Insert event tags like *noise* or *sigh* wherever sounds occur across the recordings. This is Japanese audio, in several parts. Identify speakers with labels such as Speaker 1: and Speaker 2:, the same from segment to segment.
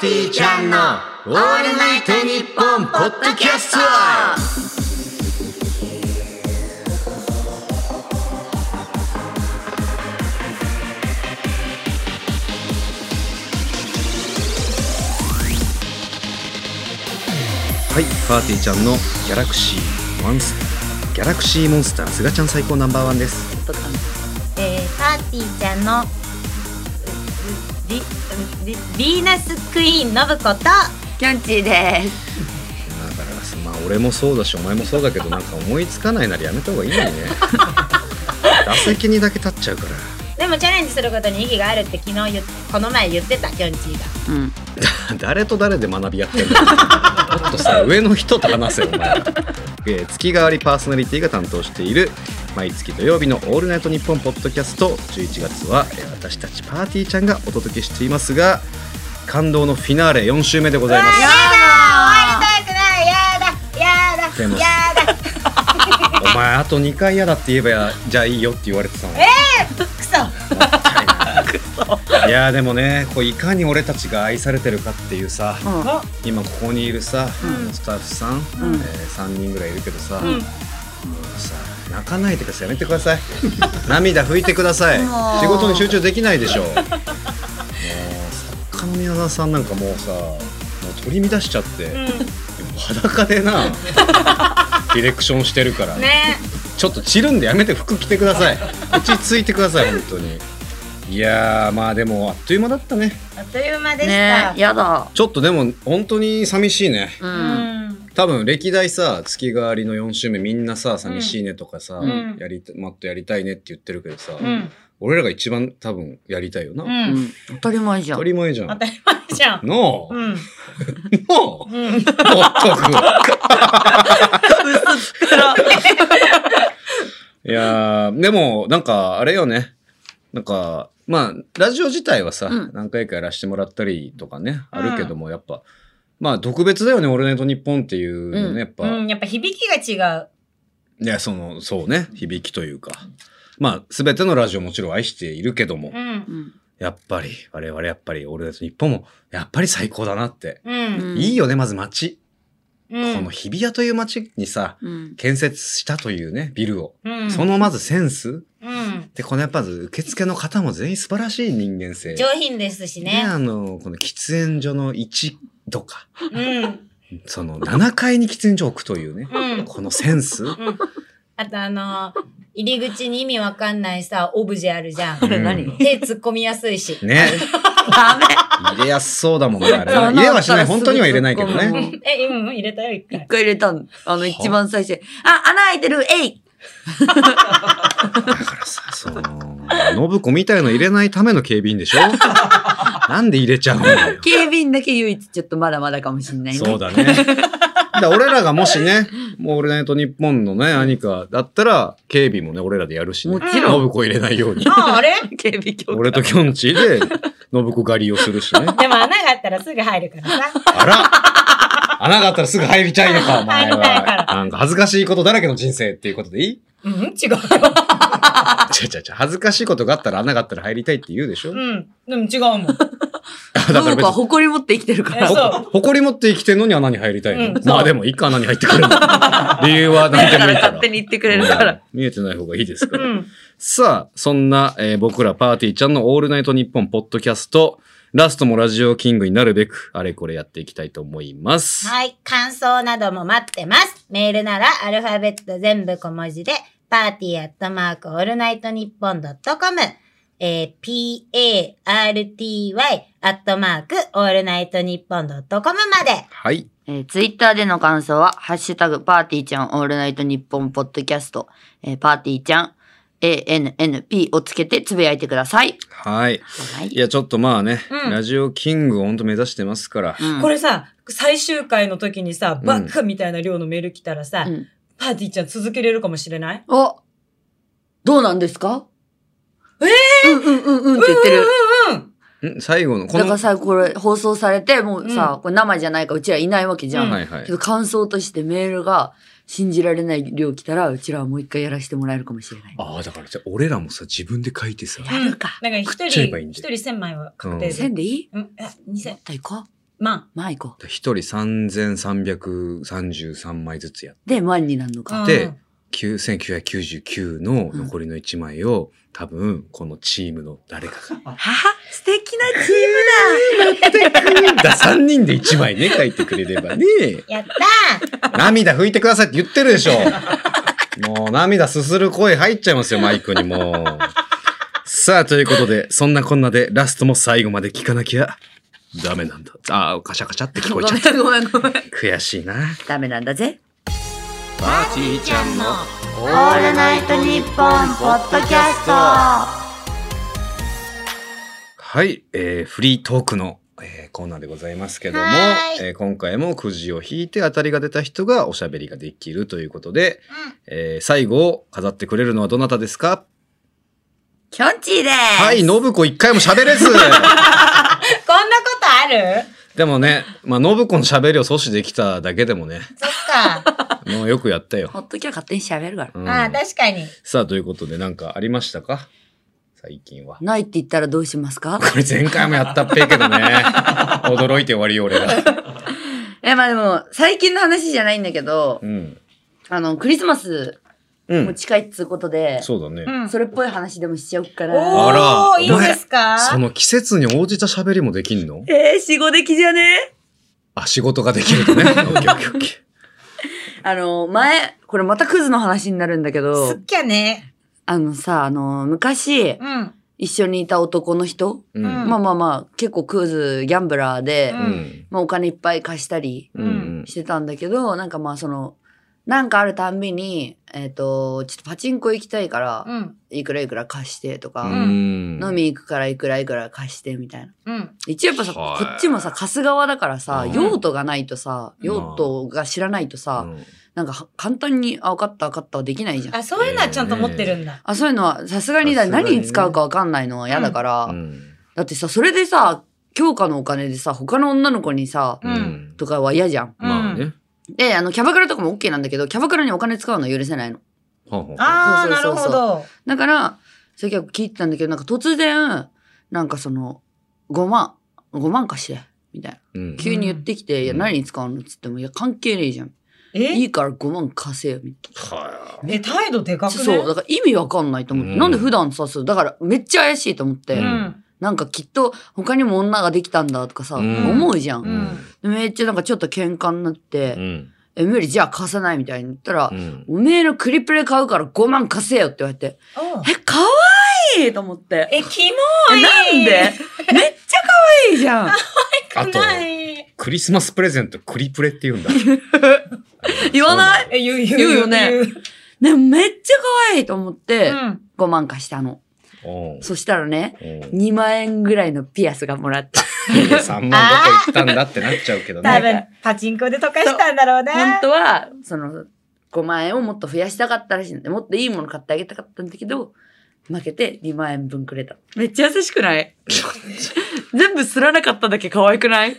Speaker 1: ティちゃんのオールナイトニッポンポッドキャスト
Speaker 2: はい、パーティーちゃんのギャラクシーモンスギャラクシーモンスターすがちゃん最高ナンバーワンです。
Speaker 3: えー、パーティーちゃんのリリリヴィーナスクイーンのぶこと
Speaker 4: キョンチーです。
Speaker 2: だからさまあ俺もそうだしお前もそうだけどなんか思いつかないならやめた方がいいのに
Speaker 1: *laughs*
Speaker 2: ね。打席にだけ立っちゃうから。
Speaker 3: でもチャレンジすることに意義があるって昨日言っこの前言ってたきょんちぃが
Speaker 4: うん。
Speaker 2: 誰と誰で学びやってんだよ *laughs* もっとさ上の人と話せよお前、えー月替わりパーソナリティが担当している毎月土曜日の「オールナイトニッポン」ポッドキャスト11月は、えー私たちパーティーちゃんがお届けしていますが感動のフィナーレ4週目でございます
Speaker 3: 終わりたくないやだや
Speaker 2: でも
Speaker 3: だやだ
Speaker 2: お前あと2回嫌だって言えばやじゃあいいよって言われてたの
Speaker 3: *laughs* クソ
Speaker 2: *laughs* いやーでもねこういかに俺たちが愛されてるかっていうさ、
Speaker 4: うん。
Speaker 2: 今ここにいるさ、
Speaker 3: うん
Speaker 2: スタッフさん、
Speaker 4: ん
Speaker 2: えー3人ぐらいいるけどさ、
Speaker 3: ん
Speaker 2: もうさ泣かないでくださいやめてください *laughs* 涙拭いてください
Speaker 4: もう
Speaker 2: 仕事に集中できないでしょもう作家の宮沢さんなんかもうさもう取り乱しちゃって、
Speaker 3: う
Speaker 2: も
Speaker 3: ん
Speaker 2: う裸でなディレクションしてるから、
Speaker 3: ね
Speaker 2: ちょっと散るんでやめて服着てください落ち着いてください本当にいやーまあでもあっという間だったね
Speaker 3: あっという間でした、
Speaker 4: ねえ、やだ。
Speaker 2: ちょっとでも本当に寂しいね
Speaker 4: う。
Speaker 3: うんん
Speaker 2: 多分歴代さ月替わりの4週目みんなさ寂しいねとかさ、
Speaker 3: うん
Speaker 2: やりたもっとやりたいねって言ってるけどさ、
Speaker 3: うん
Speaker 2: 俺らが一番多分やりたいよな、
Speaker 3: う
Speaker 4: うんん。当たり前じゃん
Speaker 2: 当た。り前じゃん
Speaker 3: 当
Speaker 2: な
Speaker 3: たり前じゃん
Speaker 2: あ、
Speaker 3: う
Speaker 2: なんあ
Speaker 3: うん
Speaker 2: まったく *laughs* いやーでもなんかあれよねなんかまあラジオ自体はさ、
Speaker 4: うん
Speaker 2: 何回かやらしてもらったりとかねあるけども、やっぱまあ特別だよね「オールナイトニッポン」っていうのね、
Speaker 4: うん
Speaker 2: やっぱ、
Speaker 3: うんやっぱ響きが違う
Speaker 2: いや、その、そうね、響きというか。まあ、すべてのラジオもちろん愛しているけども、
Speaker 3: うん
Speaker 4: うん。
Speaker 2: やっぱり、我々やっぱり、俺たち日本も、やっぱり最高だなって。
Speaker 3: うん
Speaker 2: いいよね、まず街。
Speaker 3: うん
Speaker 2: この日比谷という街にさ、
Speaker 4: うん。
Speaker 2: 建設したというね、ビルを。
Speaker 3: うん
Speaker 2: そのまずセンス。
Speaker 3: うん
Speaker 2: で、このやっぱ受付の方も全員素晴らしい人間性。
Speaker 3: 上品ですし
Speaker 2: ね、
Speaker 3: ね
Speaker 2: あの、この喫煙所の1とか、
Speaker 3: うん
Speaker 2: その7階に喫煙所を置くというね、
Speaker 3: うん
Speaker 2: このセンス。
Speaker 3: うんあとあのー、入り口に意味わかんないさ、オブジェあるじゃん。
Speaker 4: それ何 *laughs*
Speaker 2: うん
Speaker 3: 手突っ込みやすいし。
Speaker 2: ね。
Speaker 4: ダメ。
Speaker 2: 入れやすそうだもんね、あれ。
Speaker 4: そう
Speaker 2: 入れはしない。
Speaker 4: なんか
Speaker 2: 本当には入れないけど
Speaker 4: すご
Speaker 2: ね
Speaker 4: い。
Speaker 3: え、うん、入れたよ、一
Speaker 4: 一
Speaker 3: 回。
Speaker 4: 回入れたの。あの、一番最初に。あ、穴開いてるえい
Speaker 2: だからさ、その、信子みたいの入れないための警備員でしょなんで入れちゃうんだよ。
Speaker 4: 警備員だけ唯一ちょっとまだまだかもしんないね。
Speaker 2: そうだ *laughs* ね。だから俺らがもしね、もう俺ねと日本のね、兄かだったら、警備もね、俺らでやるしね。
Speaker 4: もちろん
Speaker 2: 信子入れない
Speaker 4: *laughs*
Speaker 2: ように。
Speaker 3: あ、あれ
Speaker 4: 警備局。
Speaker 2: 俺ときょんちぃで、信子狩りをするしね。
Speaker 3: でも穴があったらすぐ入るからさ。
Speaker 2: あら穴があったらすぐ入りちゃいのか、お前
Speaker 3: 入りたいから
Speaker 2: は。なんか恥ずかしいことだらけの人生っていうことでいい
Speaker 3: うん、違うよ。
Speaker 2: 違う違う違う恥ずかしいことがあったら穴があったら入りたいって言うでしょ、
Speaker 3: うん、でも違うもん。
Speaker 2: あだか
Speaker 4: な
Speaker 2: ら
Speaker 4: ん
Speaker 2: 別
Speaker 4: か
Speaker 2: に
Speaker 4: 誇り持って生きてるから。
Speaker 3: え
Speaker 4: だ
Speaker 3: そう
Speaker 2: ほ誇り持って生きてんのに穴に入りたいの、
Speaker 3: うんそう
Speaker 2: まあでもいいか穴に入ってくるの理由は何で
Speaker 4: か
Speaker 2: もい
Speaker 4: ら
Speaker 2: いから
Speaker 4: *laughs* 勝手に言ってくれるから。
Speaker 2: うん見えてない方がいいですから、
Speaker 3: うん。
Speaker 2: さあそんな、えー僕らパーティーちゃんの「オールナイトニッポン」ポッドキャストラストもラジオキングになるべくあれこれやっていきたいと思います、
Speaker 3: はい、感想なども待ってます。メールならアルファベット全部小文字で、パーティーアットマークオールナイトニッポンドットコム、えー、party アットマークオールナイトニッポンドットコムまで。
Speaker 2: はい
Speaker 4: えー、ツイッターでの感想は、ハッシュタグ、パーティーちゃん、オールナイトニッポンポッドキャスト、えー、パーティーちゃん、ANNP をつけてつぶやいてください。
Speaker 2: はい
Speaker 4: はいい。
Speaker 2: やちょっとまあね、
Speaker 3: うん
Speaker 2: ラジオキングを本当目指してますから、
Speaker 4: うん
Speaker 3: これさ、最終回の時にさ、
Speaker 2: ん
Speaker 3: バッカみたいな量のメール来たらさ、
Speaker 4: うん
Speaker 3: パーティーちゃん続けれるかもしれない
Speaker 4: おどうなんですかええうんうんうんうんって言ってる。
Speaker 3: うん
Speaker 2: ん最後のこ
Speaker 4: だ
Speaker 2: の
Speaker 4: からさ、これ放送されて、もうさ、これ生じゃないからうちらいないわけじゃん。
Speaker 2: はいはい
Speaker 4: けど感想としてメールが信じられない量来たら、うちらはもう一回やらせてもらえるかもしれない。
Speaker 2: ああ、だからじゃあ俺らもさ、自分で書いてさ、
Speaker 4: やるか。
Speaker 3: なんか一
Speaker 2: 食っちゃえば
Speaker 3: 人、
Speaker 2: いいん
Speaker 3: 一
Speaker 2: で
Speaker 3: 人千枚は確定で。
Speaker 4: 千でいい
Speaker 3: うん、え、二千。
Speaker 4: もっといこう。
Speaker 5: 万。
Speaker 4: まあ行こう。
Speaker 2: 一人3333枚ずつやっ
Speaker 4: で、万になるのか。
Speaker 2: て、
Speaker 5: うん
Speaker 2: 9999の残りの1枚を、多分このチームの誰かが。
Speaker 4: は素敵なチ
Speaker 2: だ3人で1枚ね書いてくれればね。
Speaker 5: やったー
Speaker 2: 涙拭いてくださいって言ってるでしょ。もう涙すする声入っちゃいますよ、マイクにもう。さあ、ということで、そんなこんなでラストも最後まで聞かなきゃダメなんだ。ああ、カシャカシャって聞
Speaker 4: ー
Speaker 2: こ
Speaker 4: ム
Speaker 2: えちゃった。
Speaker 4: だ。ごめんごめんごめん。
Speaker 2: 悔しいな。
Speaker 4: ダメなんだぜ。
Speaker 3: パーティーちゃんのオ
Speaker 4: オールナイトニッポンポッドキャスト。
Speaker 2: はい、えー、フリートークの、えーコーナーでございますけども
Speaker 5: は、ーい
Speaker 2: えー今回もくじを引いて当たりが出た人がおしゃべりができるということで、えー最後を飾ってくれるのはどなたですか
Speaker 4: キョンチーです。
Speaker 2: はい、信子一回も喋れず *laughs*
Speaker 5: こんなことある
Speaker 2: でもね、まあ、信子の喋りを阻止できただけでもね、
Speaker 5: *laughs* そっか。
Speaker 2: もうよくやったよ。
Speaker 4: ほっときゃ勝手に喋るから。
Speaker 2: うん
Speaker 5: ああ、確かに。
Speaker 2: さあ、ということで何かありましたか最近は。
Speaker 4: ないって言ったらどうしますか
Speaker 2: これ前回もやったっぺえけどね。驚いて終わりよ、俺が。
Speaker 4: え、まあでも、最近の話じゃないんだけど
Speaker 2: う、ん。
Speaker 4: あの、クリスマス
Speaker 2: う
Speaker 4: も
Speaker 2: ん。
Speaker 4: 近いっつうことで、
Speaker 2: そうだね。
Speaker 5: うん。
Speaker 4: それっぽい話でもしちゃおっか
Speaker 5: お
Speaker 4: ら。
Speaker 2: あら
Speaker 5: おーいいですか
Speaker 2: その季節に応じた喋りもできんの
Speaker 4: えー、死後的じゃね
Speaker 2: あ、仕事ができるとね。オッケーオッケーオッケー
Speaker 4: あの、前、これまたクズの話になるんだけ
Speaker 5: す
Speaker 4: ど
Speaker 5: っ、きゃね。
Speaker 4: あのさ、あの、
Speaker 5: う
Speaker 4: 昔、
Speaker 5: ん。
Speaker 4: 一緒にいた男の人、
Speaker 2: うん
Speaker 5: うん
Speaker 4: まあまあまあ、結構クズ、ギャンブラーで、
Speaker 5: うん
Speaker 2: うん。
Speaker 4: まあお金いっぱい貸したり
Speaker 2: うんうん。
Speaker 4: してたんだけど、なんかまあその、なんかあるたんびに、えっ、と、ちょっとパチンコ行きたいから、
Speaker 5: うん。
Speaker 4: いくらいくら貸してと
Speaker 2: う
Speaker 4: か、
Speaker 2: ん
Speaker 4: 飲み行くからいくらいくら貸してみたいな。
Speaker 5: うん。
Speaker 4: 一応やっぱさ、
Speaker 2: はい
Speaker 4: こっちもさ、貸す側だからさ、
Speaker 2: うん
Speaker 4: 用途がないとさ、
Speaker 2: ん
Speaker 4: 用途が知らないとさ、
Speaker 2: うん
Speaker 4: なんかは簡単に、あ、分かった分かったはできないじゃん。
Speaker 5: あ、そういうのはちゃんと持ってるんだ。
Speaker 4: あ、そういうのは、さすがにだ、
Speaker 2: さすがにね
Speaker 4: 何に使うか分かんないのは嫌だから、
Speaker 2: うん
Speaker 4: だってさ、それでさ、強化のお金でさ、他の女の子にさ、
Speaker 5: うん
Speaker 2: うん。
Speaker 4: とかは嫌じゃん。
Speaker 2: まあね。
Speaker 4: で、あの、キャバクラとかも OK なんだけど、キャバクラにお金使うのは許せないの。
Speaker 2: ほうほう
Speaker 5: ああ、
Speaker 4: そう
Speaker 5: な
Speaker 4: そ
Speaker 5: る
Speaker 4: うそう
Speaker 5: ほ
Speaker 4: そう
Speaker 5: ど。
Speaker 4: だから、それ結構聞いてたんだけど、なんか突然、なんかその、5万、5万貸して、みたいな。
Speaker 2: うん
Speaker 4: 急に言ってきて、
Speaker 2: うん
Speaker 4: いや、何に使うのっつっても、いや、関係ねえじゃん。い
Speaker 5: え
Speaker 4: いから5万貸せよ、みたい
Speaker 2: は
Speaker 5: え、態度でか
Speaker 4: な。
Speaker 5: くね
Speaker 4: そう、だから意味わかんないと思って、
Speaker 2: うん
Speaker 4: なんで普段さ、そう、だからめっちゃ怪しいと思って、
Speaker 2: う
Speaker 5: うん。
Speaker 4: なんかきっと他にも女ができたんだとかさ、
Speaker 2: うん
Speaker 4: 思うじゃ。
Speaker 2: うんん
Speaker 4: でめっちゃなんかちょっと喧嘩になって、
Speaker 2: うん。
Speaker 4: え、無理、じゃあ貸さないみたいに言ったら
Speaker 2: う、ん。
Speaker 4: おめえのクリプレ買うから5万貸せよって言われて、
Speaker 5: おう
Speaker 4: え、かわいいと思って。
Speaker 5: え、キモ
Speaker 4: え
Speaker 5: い。
Speaker 4: なんで
Speaker 5: *laughs*
Speaker 4: めっちゃ可愛いじゃん。
Speaker 2: あと、
Speaker 5: ない。
Speaker 2: クリスマスプレゼント、クリプレって言うんだ。
Speaker 4: *laughs* 言わない
Speaker 5: え、言う、言う。
Speaker 4: 言うよね
Speaker 5: 言う
Speaker 4: ね、めっちゃ可愛いと思って
Speaker 5: う、ん。
Speaker 4: 5万貸したの。
Speaker 2: おう
Speaker 4: そしたらね、
Speaker 2: おう
Speaker 4: 2万円ぐらいのピアスがもらった。
Speaker 2: 3万どこ行ったんだってなっちゃうけど
Speaker 5: 多
Speaker 2: ね。
Speaker 5: 分、パチンコで溶かしたんだろうね。
Speaker 4: 本当は、その、5万円をもっと増やしたかったらしいんで、もっといいもの買ってあげたかったんだけど、負けて2万円分くれた。めっちゃ優しくない全部すらなかっただけ可愛くない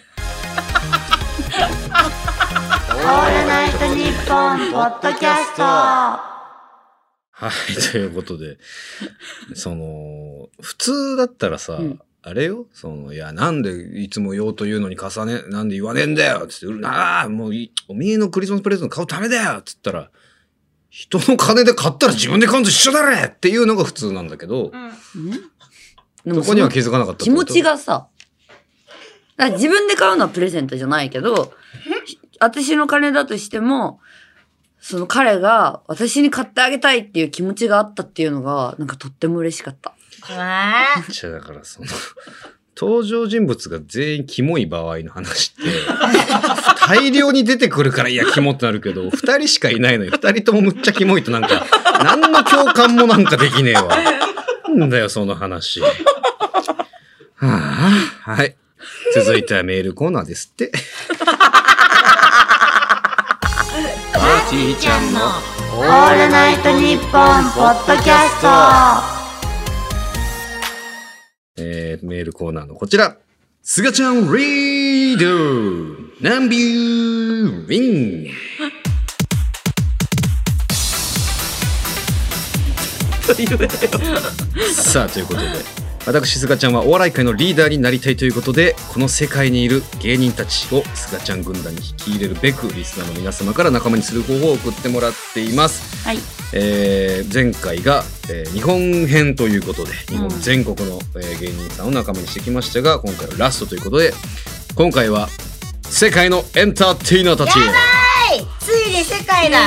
Speaker 3: オールナイトニッポンポッドキャスト
Speaker 2: はい、ということで、その、普通だったらさ、
Speaker 4: うん
Speaker 2: あれよその、いや、なんでいつも用というのに重ね、なんで言わねえんだよつって、うるなあ、もうい、おめえのクリスマスプレゼント買うためだよつったら、人の金で買ったら自分で買うのと一緒だろっていうのが普通なんだけど
Speaker 5: う、ん。
Speaker 4: で
Speaker 2: そこには気づかなかったって
Speaker 4: 気
Speaker 2: こと
Speaker 4: 持ち。がさ、だから自分で買うのはプレゼントじゃないけど、ひ私の金だとしても、その彼が私に買ってあげたいっていう気持ちがあったっていうのが、なんかとっても嬉しかった。
Speaker 5: うわー
Speaker 2: じゃあだからその、 *laughs* 登場人物が全員キモい場合の話って、大量に出てくるから、いや、キモってなるけど、二人しかいないのに、二人ともむっちゃキモいとなんか、何の共感もなんかできねえわ。なんだよ、その話。はあ、はい。続いてはメールコーナーです
Speaker 3: *laughs*
Speaker 2: って。
Speaker 3: パーティーちゃんのオールナイトニッポンポッドキャスト
Speaker 2: えー、メールコーナーのこちら。すがちゃんリードナンビューリンさあ、ということで、私すがちゃんはお笑い界のリーダーになりたいということでこの世界にいる芸人たちをすがちゃん軍団に引き入れるべくリスナーの皆様から仲間にする方法を送ってもらっています、
Speaker 4: はい
Speaker 2: えー前回が、えー日本編ということで日本
Speaker 4: うん
Speaker 2: 全国の、えー芸人さんを仲間にしてきましたが今回はラストということで今回は世界のエンターテイナーたち
Speaker 3: いついに世界だ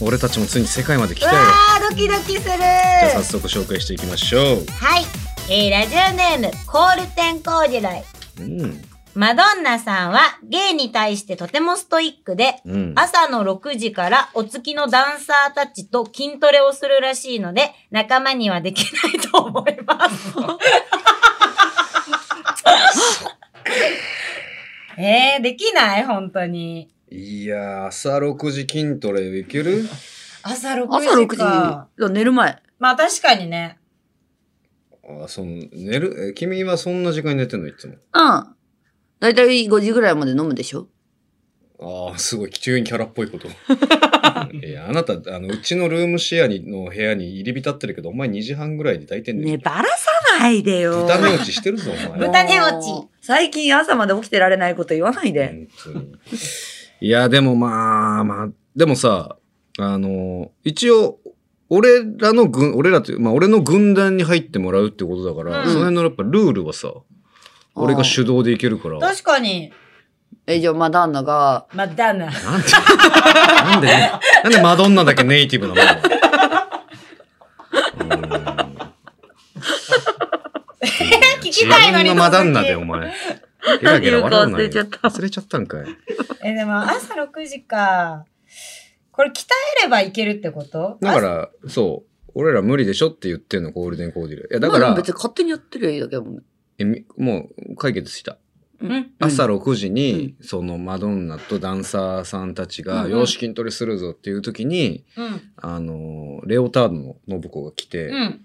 Speaker 2: 俺たちもついに世界まで来
Speaker 3: う
Speaker 2: た
Speaker 3: わ
Speaker 2: よ
Speaker 3: ードキドキ
Speaker 2: じ
Speaker 3: する
Speaker 2: ゃあ早速紹介していきましょう
Speaker 3: はい、えー、ラジオネームコールテンコーデュライ
Speaker 2: うん
Speaker 3: マドンナさんは芸に対してとてもストイックで
Speaker 2: うん
Speaker 3: 朝の6時からお付きのダンサーたちと筋トレをするらしいので、仲間にはできないと思います。 *laughs* えー、できない本当に。
Speaker 2: いやー朝6時筋トレいける
Speaker 3: 朝6時か。
Speaker 4: 朝6時だから寝る前
Speaker 3: まあ確かにね。
Speaker 2: あその寝るえ君はそんな時間に寝てんのいつも
Speaker 4: うんだいたい5時ぐらいまで飲むでしょ
Speaker 2: ああすごい急にキャラっぽいこといやあなたあのうちのルームシェアにの部屋に入り浸ってるけどお前2時半ぐらいに大体寝
Speaker 4: ね
Speaker 2: る、
Speaker 4: ばらさないでよ
Speaker 2: 豚寝落ちしてるぞお
Speaker 3: *laughs*
Speaker 2: 前
Speaker 3: 豚寝落ち
Speaker 4: もう最近朝まで起きてられないこと言わないで、
Speaker 2: 本当にいやでもまあまあでもさあの一応俺らの軍俺らというまあ俺の軍団に入ってもらうってことだから、
Speaker 3: うん
Speaker 2: その辺のやっぱルールはさ俺が主導でいけるから
Speaker 3: 確かに。
Speaker 4: えじゃあまあ旦那が
Speaker 3: まあだな。
Speaker 2: なんで、なんで、なんでマドンナだけネイティブなのう
Speaker 4: *laughs*
Speaker 2: ーん
Speaker 3: 聞きたいの
Speaker 2: 自
Speaker 3: に
Speaker 2: 分のマダンナでお前。ゲラゲラ笑うなよ
Speaker 4: 何言うか忘れち
Speaker 2: 忘れち
Speaker 4: ゃった
Speaker 2: ゃったんかい。
Speaker 3: え、でも朝6時か。これ鍛えればいけるってこと
Speaker 2: だから、そう。俺ら無理でしょって言ってんの、ゴールデンコーディル。いや、だか
Speaker 4: ま
Speaker 2: ら
Speaker 4: あ、別に勝手にやってるよいいだけだもんね
Speaker 2: えみもう解決した。
Speaker 3: うん。
Speaker 2: 朝6時に、そのマドンナとダンサーさんたち
Speaker 4: う
Speaker 2: が、
Speaker 4: ん
Speaker 2: 洋式筋トレするぞっていう時に、
Speaker 3: うん。
Speaker 2: あの、レオタードの信子が来て、
Speaker 3: うん。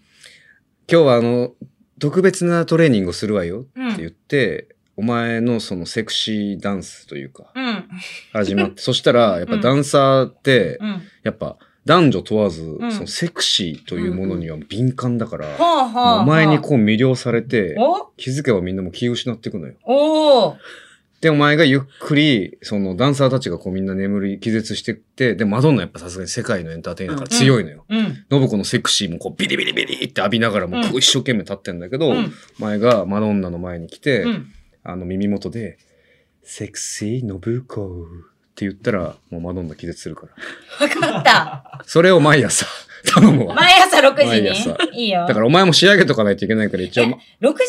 Speaker 2: 今日はあの、特別なトレーニングをするわよって
Speaker 3: うん
Speaker 2: 言って、お前のそのセクシーダンスというか、
Speaker 3: うん。
Speaker 2: 始まって、そしたら、やっぱダンサーって、
Speaker 3: うん。
Speaker 2: やっぱ男女問わず、
Speaker 3: ん
Speaker 2: そのセクシーというものには敏感だから、も
Speaker 3: ほうほうほう。
Speaker 2: うお前にこう魅了されて、
Speaker 3: お
Speaker 2: 気づけばみんなもう気を失っていくのよ。
Speaker 3: おお
Speaker 2: で、お前がゆっくり、そのダンサーたちがこうみんな眠り、気絶してって、で、マドンナやっぱさすがに世界のエンターテイナーだから強いのよ。
Speaker 3: うん。
Speaker 2: 信子のセクシーもこうビリビリビリって浴びながらもこう一生懸命立ってんだけど、
Speaker 3: うん
Speaker 2: 前がマドンナの前に来て、
Speaker 3: うん。
Speaker 2: あの耳元で、セクシーのブコって言ったら、もうマドンナ気絶するから。
Speaker 3: わかった。
Speaker 2: それを毎朝 *laughs* 頼むわ。
Speaker 3: 毎朝6時
Speaker 2: 毎
Speaker 3: に
Speaker 2: 朝。
Speaker 3: いいよ。
Speaker 2: だからお前も仕上げとかないといけないから一応、ま
Speaker 3: 6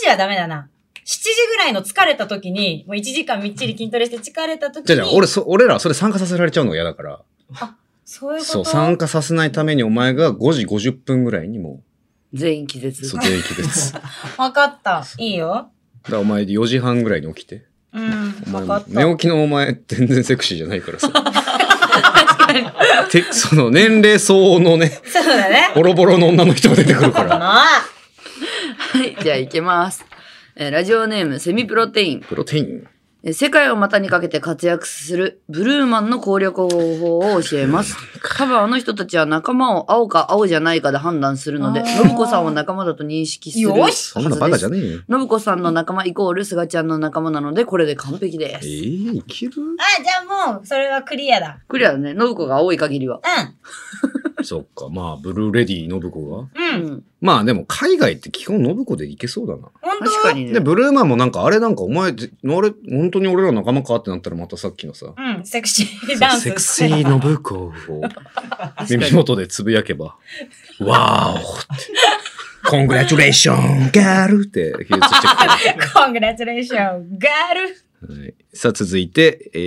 Speaker 3: 時はダメだな。7時ぐらいの疲れた時に、もう1時間みっちり筋トレして疲れた時に。
Speaker 2: じゃあじゃあ俺、そ、俺らそれ参加させられちゃうのが嫌だから。
Speaker 3: そういうこと
Speaker 2: そう、参加させないためにお前が5時50分ぐらいにも
Speaker 4: 全員気
Speaker 2: う、
Speaker 4: 絶
Speaker 2: そう、全員気
Speaker 3: *laughs*
Speaker 2: 絶。だか
Speaker 3: わかった。いいよ。
Speaker 2: らお前4時半ぐらいに起きて。
Speaker 3: うん。
Speaker 2: お前
Speaker 3: わ
Speaker 2: も
Speaker 3: か
Speaker 2: う
Speaker 3: っ
Speaker 2: 寝
Speaker 3: た。
Speaker 2: 起きのお前全然セクシーじゃないから
Speaker 3: *laughs*
Speaker 2: さ。てその年齢相応のね、
Speaker 3: そうだね。
Speaker 2: ボロボロの女の人が出てくるか。
Speaker 3: からな
Speaker 4: はいじゃあ行きます、えーラジオネームセミプロテイン
Speaker 2: プロテイン。
Speaker 4: えー世界を股にかけて活躍するブルーマンの攻略方法を教えます。カバーの人たちは仲間を青か青じゃないかで判断するの
Speaker 3: あ
Speaker 4: で、
Speaker 3: ー
Speaker 4: 信子さんを仲間だと認識する
Speaker 3: よ
Speaker 4: は
Speaker 3: し
Speaker 4: ず
Speaker 2: そんなバカじゃ
Speaker 4: ね
Speaker 2: ねえよ。
Speaker 4: 信子さんの仲間イコール菅ちゃんの仲間なので、これで完璧で
Speaker 2: ええ
Speaker 4: す。
Speaker 2: いける *laughs*
Speaker 3: あ、じゃあもう、それはクリアだ。
Speaker 4: クリアだね。信子が青い限りは。
Speaker 2: そっか、まあ、ブルーレディー信子が。
Speaker 3: うん。う。
Speaker 4: うんん。
Speaker 2: まあでも、海外って基本信子でいけそうだな。
Speaker 3: 本当
Speaker 4: 確かに
Speaker 2: で、
Speaker 4: ね。
Speaker 2: ブルーマンもなんか、あれなんか、お前、ぜあれ、本当に俺ら仲間かってなったらまたさっきのさ、
Speaker 3: うん。セクシーダンス。
Speaker 2: セクシー信子
Speaker 3: *laughs*
Speaker 2: を
Speaker 4: 確か
Speaker 2: 耳
Speaker 4: に。
Speaker 2: 元でつぶやけば、わーおって。コングラチュレーション、ガールって、気絶してくる。
Speaker 3: *laughs* コングラチュレーション、ガール。
Speaker 2: はい、さあ続いて、え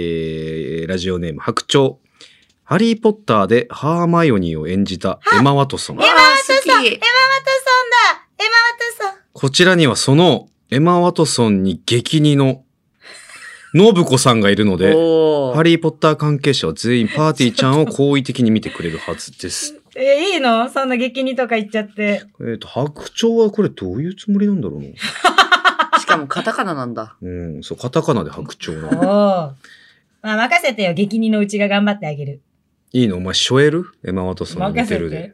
Speaker 2: ー、ラジオネーム白鳥ハリー・ポッターでハーマイオニーを演じたエマ・ワトソン
Speaker 4: あー好き。
Speaker 3: ワトソンだエマ・ワトソン
Speaker 2: こちらにはそのエマ・ワトソンに激似の信子さんがいるので
Speaker 4: お
Speaker 2: ハ
Speaker 4: ー。
Speaker 2: リー・ポッター関係者は全員パーティーちゃんを好意的に見てくれるはず
Speaker 3: *laughs*
Speaker 2: です。
Speaker 3: え、いいのそんな激似とか言っちゃって。
Speaker 2: えっ、と、白鳥はこれどういうつもりなんだろうな。
Speaker 4: しかもカタカナな
Speaker 2: *laughs*
Speaker 4: んだ。
Speaker 2: うん、そう、カタカナで白鳥な
Speaker 3: おお
Speaker 2: の。。
Speaker 3: まあ、任せてよ。激似のうちが頑張ってあげる。
Speaker 2: いいのお前、ショエルエマ・ワトソンに似てる
Speaker 3: 任せ
Speaker 2: で。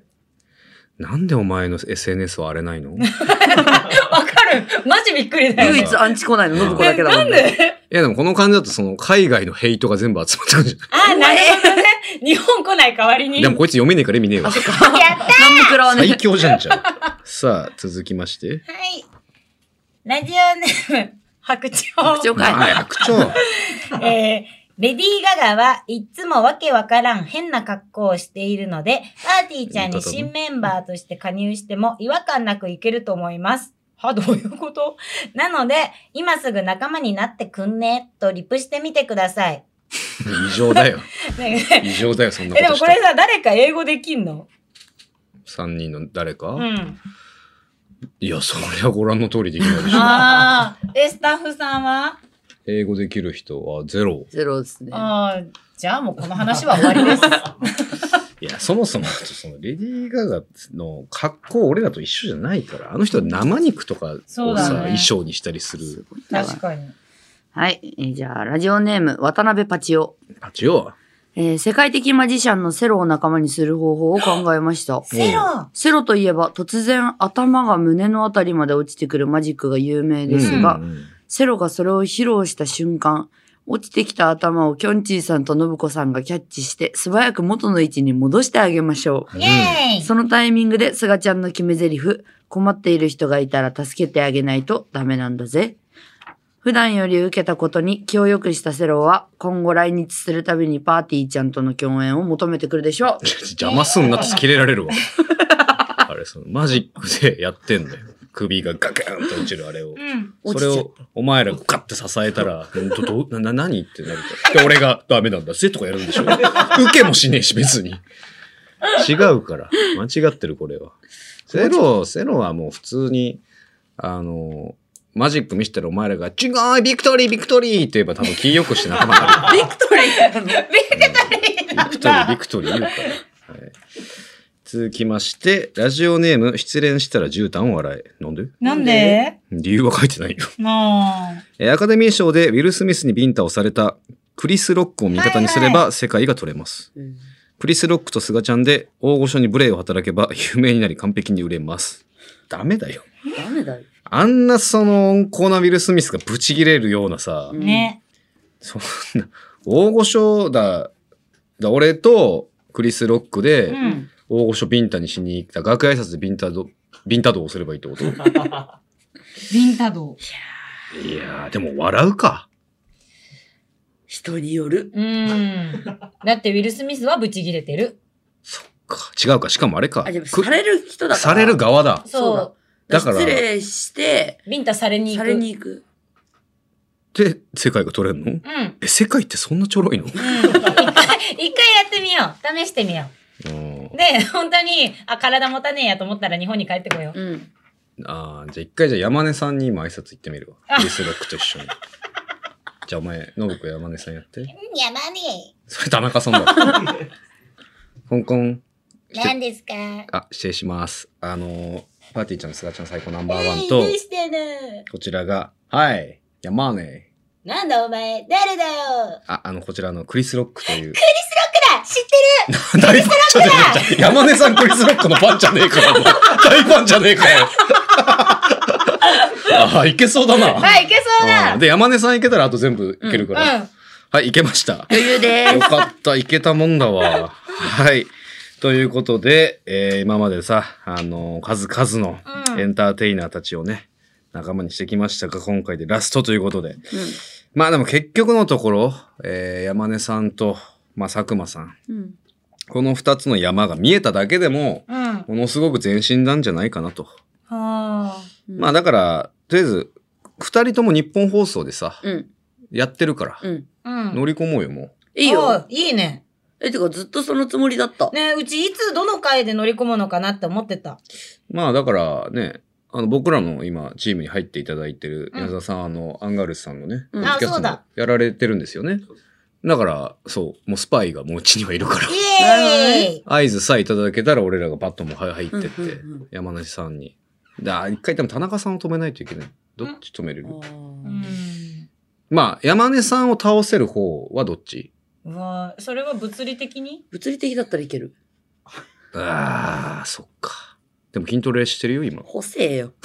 Speaker 2: なんでお前の SNS は荒れないのい
Speaker 3: わかる。マジびっくりだよ
Speaker 4: 唯
Speaker 3: ね。
Speaker 4: 一アンチ来ないの、信子だけ
Speaker 3: え
Speaker 4: だも
Speaker 3: なんん
Speaker 4: ね。
Speaker 3: で
Speaker 2: やでもこの感じだとその海外のヘイトが全部集まってくるんじゃ
Speaker 3: あ、なるほどね。日本来ない代わり
Speaker 2: な *laughs*
Speaker 3: に。
Speaker 2: いでもこいつ読めねえから意味ねえわ。
Speaker 5: やった
Speaker 4: なんも食らわね
Speaker 2: 最強じゃんじゃん。さあ、続きまして。
Speaker 5: はい。
Speaker 3: ラジオネーム、白鳥。
Speaker 4: え。了
Speaker 2: まあ、
Speaker 4: 解。
Speaker 2: 白鳥。
Speaker 3: えー、レディー・ガガはいつもわけわからん変な格好をしているので、パーティーちゃんに新メンバーとして加入しても違和感なくいけると思います。は、どういうことなので、今すぐ仲間になってくんね、とリプしてみてください。
Speaker 2: 異常だよ。
Speaker 3: ね *laughs* え、
Speaker 2: 異常だよ、そんな
Speaker 3: で
Speaker 2: こ
Speaker 3: も
Speaker 2: とし
Speaker 3: これ
Speaker 2: て。
Speaker 3: さ、誰か英語できんの
Speaker 2: 三人の誰か、
Speaker 3: うん。
Speaker 2: いや、そりゃご覧の通りできないでしょ。
Speaker 3: ああ、え、スタッフさんは
Speaker 2: 英語できる人はゼロ。
Speaker 4: ゼロですね。
Speaker 3: ああ、じゃあもうこの話は終わり *laughs* です。
Speaker 2: いや、そもそも、そのレディー・ガガの格好、俺らと一緒じゃないから、あの人は生肉とかをさ、
Speaker 3: そうだね
Speaker 2: 衣装にしたりする。
Speaker 3: 確かに。
Speaker 4: はい。えーじゃあ、ラジオネーム、渡辺パチオ。
Speaker 2: パチオ。
Speaker 4: えー世界的マジシャンのセロを仲間にする方法を考えました。
Speaker 3: セロ
Speaker 4: セロといえば、突然頭が胸のあたりまで落ちてくるマジックが有名ですが、
Speaker 2: うん
Speaker 4: セロがそれを披露した瞬間、落ちてきた頭をキョンチーさんと信子さんがキャッチして、素早く元の位置に戻してあげましょ
Speaker 3: イェー
Speaker 4: う。
Speaker 3: イ
Speaker 4: そのタイミングで、スガちゃんの決め台詞、困っている人がいたら助けてあげないとダメなんだぜ。普段より受けたことに気を良くしたセロは、今後来日するたびにパーティーちゃんとの共演を求めてくるでしょう。
Speaker 2: *laughs* 邪魔すんなって切れられるわ。あれ、そのマジックでやってんだよ。首がガカーンと落ちるあれを。
Speaker 3: うん。
Speaker 2: それを、お前らがガッて支えたら、ほんとどう、な、な、何ってなるから。で、俺がダメなんだぜとかやるんでしょ。 *laughs* 受けもしねえし、別に。違うから。間違ってる、これは。セロ、セロはもう普通に、あの、マジック見せたらお前らが、違うビクトリー、ビクトリーって言えば多分気よくして仲間になる。 *laughs*
Speaker 4: ビクトリー
Speaker 2: ビクトリー、ビクトリー言うから。はい続きまして、ラジオネーム、失恋したら絨毯を笑え。なんで
Speaker 3: なんで
Speaker 2: 理由は書いてないよ。
Speaker 3: なあ。
Speaker 2: えーアカデミー賞でウィル・スミスにビンタをされたクリス・ロックを味方にすれ
Speaker 3: はい
Speaker 2: ば世界が取れます。クリス・ロックとスガちゃんで大御所に無礼を働けば有名になり完璧に売れます。ダメだよ。
Speaker 4: ダメだよ。
Speaker 2: あんなその温厚なウィル・スミスがブチギレるようなさ、
Speaker 4: うん
Speaker 3: ね。
Speaker 2: そんな、大御所だ、だ俺とクリス・ロック
Speaker 3: う
Speaker 2: で
Speaker 3: ん。
Speaker 2: 大御所ビンタにしに行った、楽屋挨拶でビンタド、ビンタ道をすればいいって
Speaker 4: *laughs*
Speaker 2: ことい
Speaker 3: ビンタ道。
Speaker 2: やー、でも笑うか。
Speaker 4: 人による。
Speaker 3: うん。だってウィル・スミスはブチギレてる。
Speaker 2: そっか。違うか。しかもあれか。
Speaker 4: あ、でも
Speaker 2: く
Speaker 4: される人だか
Speaker 2: さ
Speaker 4: ら。
Speaker 2: れる側だ。
Speaker 3: そう。
Speaker 2: だから
Speaker 4: 失礼して、
Speaker 3: ビンタされに行
Speaker 4: さ
Speaker 3: く。
Speaker 4: れに行く。
Speaker 2: で、世界が取れるの
Speaker 3: うん。うん。 *laughs*
Speaker 2: え、世界ってそんなちょろいの
Speaker 3: 一回、一回やってみよう。試してみよ
Speaker 2: うん
Speaker 3: う。。で、本当に、あ、体持たねえやと思ったら日本に帰ってこよう。
Speaker 4: うん。
Speaker 2: ああ、じゃあ一回じゃあ山根さんに今挨拶行ってみるわ。 *laughs* リスロックと一緒に。じゃあお前、信子山根さんやって。
Speaker 3: やまね
Speaker 2: それ田中さんだ。香港、
Speaker 3: え。何ですか
Speaker 2: あ、失礼します。あのー、パーティーちゃんのすがちゃん最高ナンバーワン
Speaker 3: 何
Speaker 2: と、
Speaker 3: してる
Speaker 2: こちらが、はい、山根。
Speaker 3: なんだお前、誰だよ
Speaker 2: あ、あの、こちらのクリスロックという。
Speaker 3: 僕だ知ってる
Speaker 2: 大ファンじゃねえか。山根さんクリスロックのファンじゃねえから。もう大ファンじゃねえ *laughs* かよ。ああ、いけそうだな。
Speaker 3: はい、いけそうだ
Speaker 2: あーで、山根さんいけたらあと全部いけるから。
Speaker 3: うん。
Speaker 2: はい、いけました。
Speaker 4: 余裕で
Speaker 2: よ
Speaker 4: ー
Speaker 2: かった、いけたもんだわ。はい。ということで、えー今までさ、あのー数々
Speaker 3: う
Speaker 2: の
Speaker 3: ん
Speaker 2: エンターテイナーたちをね、仲間にしてきましたが、今回でラストということで。
Speaker 4: す。
Speaker 2: まあでも結局のところ、えー山根さんと、まあ佐久間さん、
Speaker 4: うん。うん。
Speaker 2: この二つの山が見えただけでも、
Speaker 3: うん。は
Speaker 2: ものすごく前進なんじゃないかなと。
Speaker 3: あ。
Speaker 4: うん
Speaker 2: まあだから、とりあえず、二人とも日本放送でさ、
Speaker 4: うん。
Speaker 2: やってるから、
Speaker 4: うん。
Speaker 3: うん。
Speaker 2: 乗り込もうよ、もう。
Speaker 4: いい
Speaker 3: お。
Speaker 4: よ。
Speaker 3: いいね。
Speaker 4: え、てかずっとそのつもりだった。
Speaker 3: ねうちいつどの回で乗り込むのかなって思ってた。
Speaker 2: まあだからね、あの僕らの今チームに入っていただいてる宮沢さん、あのアンガールズさんのね、
Speaker 4: うん
Speaker 2: ポッドキャスト
Speaker 3: あそう
Speaker 2: も
Speaker 3: だ
Speaker 2: やられてるんですよね。だから、そう、もうスパイがもううちにはいるから *laughs*
Speaker 3: イ。エー
Speaker 2: 合
Speaker 3: イ
Speaker 2: 図さえいただけたら俺らがバットもは入ってって、
Speaker 4: うんうんうん
Speaker 2: 山梨さんに。だ一回でも田中さんを止めないといけない。どっち止めれる、
Speaker 3: うん
Speaker 2: まあ山根さんを倒せる方はどっち
Speaker 3: うわそれは物理的に
Speaker 4: 物理的だったらいける。
Speaker 2: ああ、そっか。でも筋トレしてるよ、今。
Speaker 4: 補正よ。
Speaker 2: *laughs*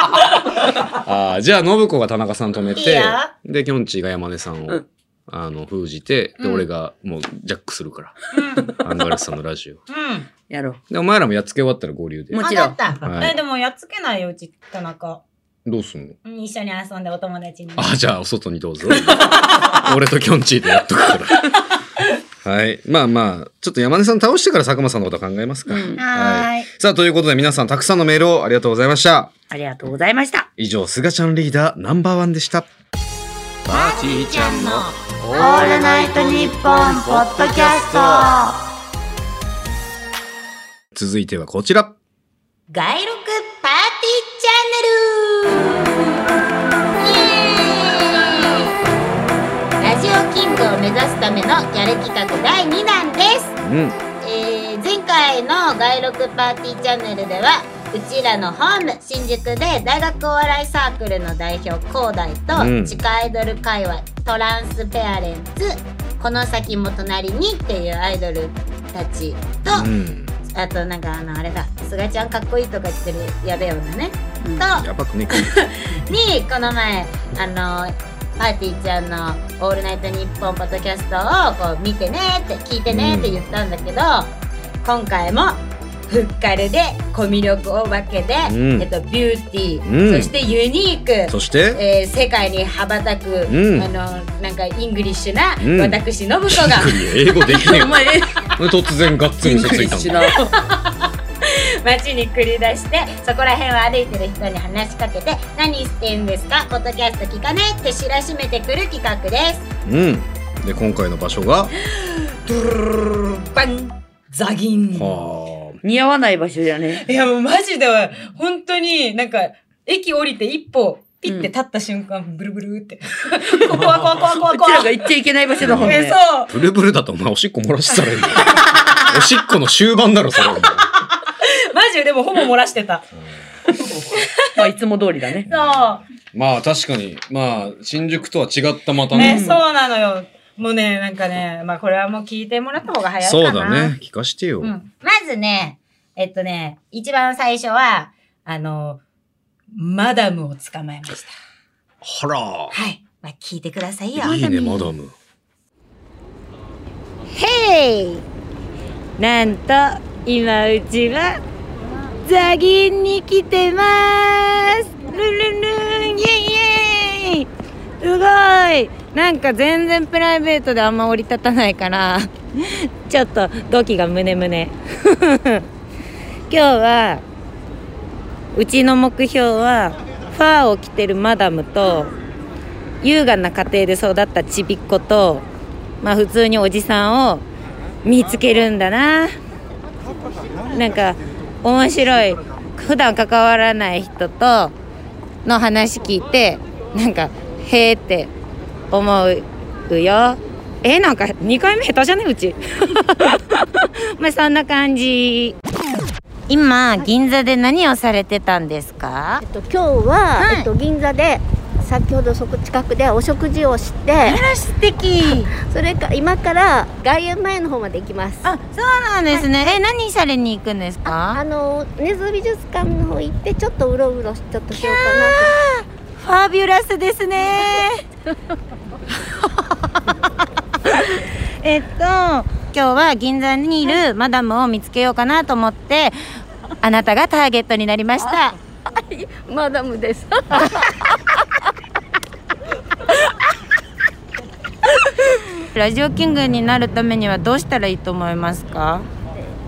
Speaker 2: ああ、じゃあ、信子が田中さん止め
Speaker 5: いい
Speaker 2: て
Speaker 5: よ、
Speaker 2: で、きょんちぃが山根さんを、
Speaker 4: うん
Speaker 2: あの、封じて、で、
Speaker 5: うん
Speaker 2: 俺がもうジャックするから、
Speaker 3: うん。
Speaker 2: アンガレスさんのラジオ。 *laughs*
Speaker 3: う
Speaker 4: やろ
Speaker 2: で、お前らもやっつけ終わったら合流で
Speaker 4: も。
Speaker 5: ん。
Speaker 4: う
Speaker 5: わ
Speaker 4: ちろん
Speaker 5: かった。
Speaker 3: ん。
Speaker 2: は
Speaker 3: え、
Speaker 2: い。
Speaker 3: でもやっつけないよ、うち、田中。
Speaker 2: どうすんの
Speaker 3: うん一緒に遊んでお友達に。
Speaker 2: ああ、じゃあ、お外にどうぞ。 *laughs* 俺ときょんちぃでやっとくから。 *laughs* はい。まあまあ、ちょっと山根さん倒してから佐久間さんのこと考えますか。
Speaker 4: う。うん。
Speaker 5: はーい。
Speaker 2: さあ、ということで皆さんたくさんのメールをありがとうございました。
Speaker 4: ありがとうございました。
Speaker 2: 以上、すがちゃんリーダーナンバーワンでした。
Speaker 6: バーティーちゃんの
Speaker 5: オールナイトニッポンポッドキャスト
Speaker 2: 続いてはこちら。
Speaker 5: 外録パーティーチャンネルイエーイラジオキングを目指すためのやる企画第2弾です
Speaker 2: うん。
Speaker 5: えー前回の外録パーティーチャンネルではうちらのホーム新宿で大学お笑いサークルの代表広大と、
Speaker 2: うん
Speaker 5: 地下アイドル界隈トランスペアレンツこの先も隣にっていうアイドルたちと、
Speaker 2: うん。
Speaker 5: あとなんかあのあれだすがちゃんかっこいいとか言ってるやべえ女ね、
Speaker 4: うん
Speaker 5: と
Speaker 2: やばくね。
Speaker 5: にこの前あのパーティーちゃんの「オールナイトニッポン」ポッドキャストをこう見てねって聞いてねって言ったんだけど、今回もフッカルでコミュ力お化けで、
Speaker 2: うん
Speaker 5: えっと、ビューティー、
Speaker 2: うん
Speaker 5: そしてユニーク
Speaker 2: そし
Speaker 5: え
Speaker 2: て、
Speaker 5: ー世界に羽ばたく、
Speaker 2: うん
Speaker 5: あのなんかイングリッシュな
Speaker 2: うん
Speaker 5: 私信子が、
Speaker 2: 英語できねえ
Speaker 4: お前、
Speaker 2: なん
Speaker 4: え、
Speaker 2: で突然がっつり嘘ついたんだ。
Speaker 5: 街に繰り出してそこら辺を歩いてる人に話しかけて「何してんですかポッドキャスト聞かね」って知らしめてくる企画です
Speaker 2: うん。で、今回の場所が、
Speaker 3: ドゥルルルルルルバンザギン。
Speaker 2: はあ。
Speaker 4: 似合わない場所じゃね。
Speaker 3: いや、もうマジで、本当になんか、駅降りて一歩、ピッて立った瞬間、ブルブルって。 *laughs* ここはこわこわこわ
Speaker 4: うち
Speaker 3: こ
Speaker 4: ら
Speaker 3: わ
Speaker 4: が行っちゃいけない場所だもん
Speaker 3: え、
Speaker 4: ね。
Speaker 3: そう。
Speaker 2: ブルブルだとお前おしっこ漏らしてたらいいんだよ。おしっこの終盤だろ、それ。
Speaker 3: マジで、でもほぼ漏らしてた。
Speaker 4: まあ、いつも通りだね。
Speaker 3: そ
Speaker 2: まあ確かに、まあ、新宿とは違ったまた
Speaker 3: う。
Speaker 2: ね
Speaker 3: ね、そうなのよ。もうね、なんかね、まあこれはもう聞いてもらった方が早いか
Speaker 2: そ
Speaker 3: な。
Speaker 2: うだね。。聞かしてよ。
Speaker 5: うん
Speaker 3: まずね、えっとね、一番最初は、あの、マダムを捕まえました。
Speaker 2: ほら。
Speaker 3: はい。まあ聞いてくださいよ。
Speaker 2: いいね、マダム。
Speaker 5: ヘイ
Speaker 3: なんと今うちはザギンに来てますルンルンルンイエイイエイすごいなんか全然プライベートであんま降り立たないからちょっと土器がムネムネ *laughs* 今日はうちの目標はファーを着てるマダムと優雅な家庭で育ったちびっ子とまあ普通におじさんを見つけるんだななんか面白い普段関わらない人との話聞いてなんかへーって思うよえなんか2回目下手じゃないうち *laughs* まあそんな感じ今銀座で何をされてたんですか
Speaker 7: えっと、今日は、えっと、銀座で先ほどそこ近くでお食事をして
Speaker 3: 素敵
Speaker 7: それか今から外苑前の方まで行きますあ
Speaker 3: あそうなんですね、え何されに行くんですか
Speaker 7: の根津美術館の方行ってちょっとうろうろしちょっとしよう
Speaker 3: ファビュラスですね。 *laughs* えっと今日は銀座にいるマダムを見つけようかなと思って、あなたがターゲットになりました。
Speaker 7: かなとマダムです
Speaker 3: ラジオキングになるためにはどうしたらいいと思いますか？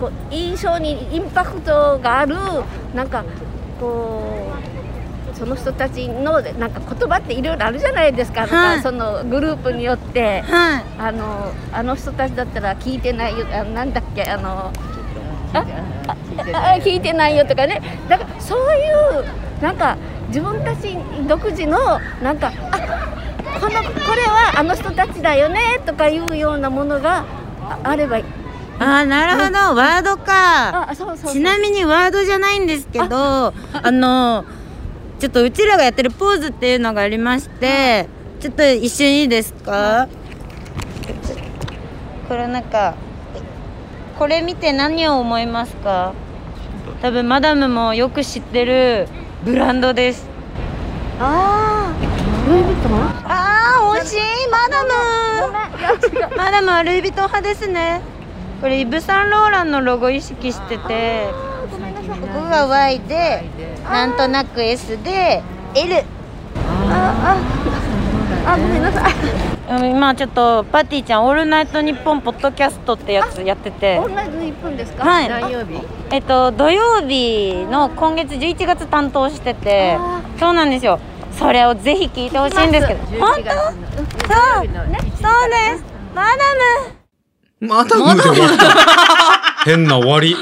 Speaker 7: こう印象にインパクトがあるなんかこうその人たちのなんか言葉っていろいろあるじゃないですか,、なんかそのグループによって。
Speaker 3: はい。
Speaker 7: あのあの人たちだったら聞いてないよあなんだっけあのあああ聞いてないよとかねだからそういうなんか自分たち独自のなんかあこのこれはあの人たちだよねとかいうようなものがああればいい
Speaker 3: あーなるほどワードか。
Speaker 7: あそうそう
Speaker 3: ちなみにワードじゃないんですけど、あのちょっとうちらがやってるポーズっていうのがありまして、ちょっと一瞬いいですか？これなんかこれ見て何を思いますか？多分マダムもよく知ってるブランドです
Speaker 7: ああルイ・ヴィトン
Speaker 3: あー惜しいマダムマダムはルイ・ヴィトン派ですねこれイブ・サンローランのロゴ意識してて
Speaker 7: ごめんなさい
Speaker 5: ここが Y でなんとなく S で L
Speaker 7: あごめんなさい
Speaker 3: うん今ちょっとパティちゃん「オールナイトニッポン」ポッドキャストってやつやってて
Speaker 7: オンライン1分ですか
Speaker 3: はい
Speaker 7: 何曜日
Speaker 3: えっと土曜日の今月11月担当してて
Speaker 7: あ
Speaker 3: そうなんですよそれをぜひ聞いてほしいんですけど本当そうそうですマダム
Speaker 2: また無で終わった。変な終わり。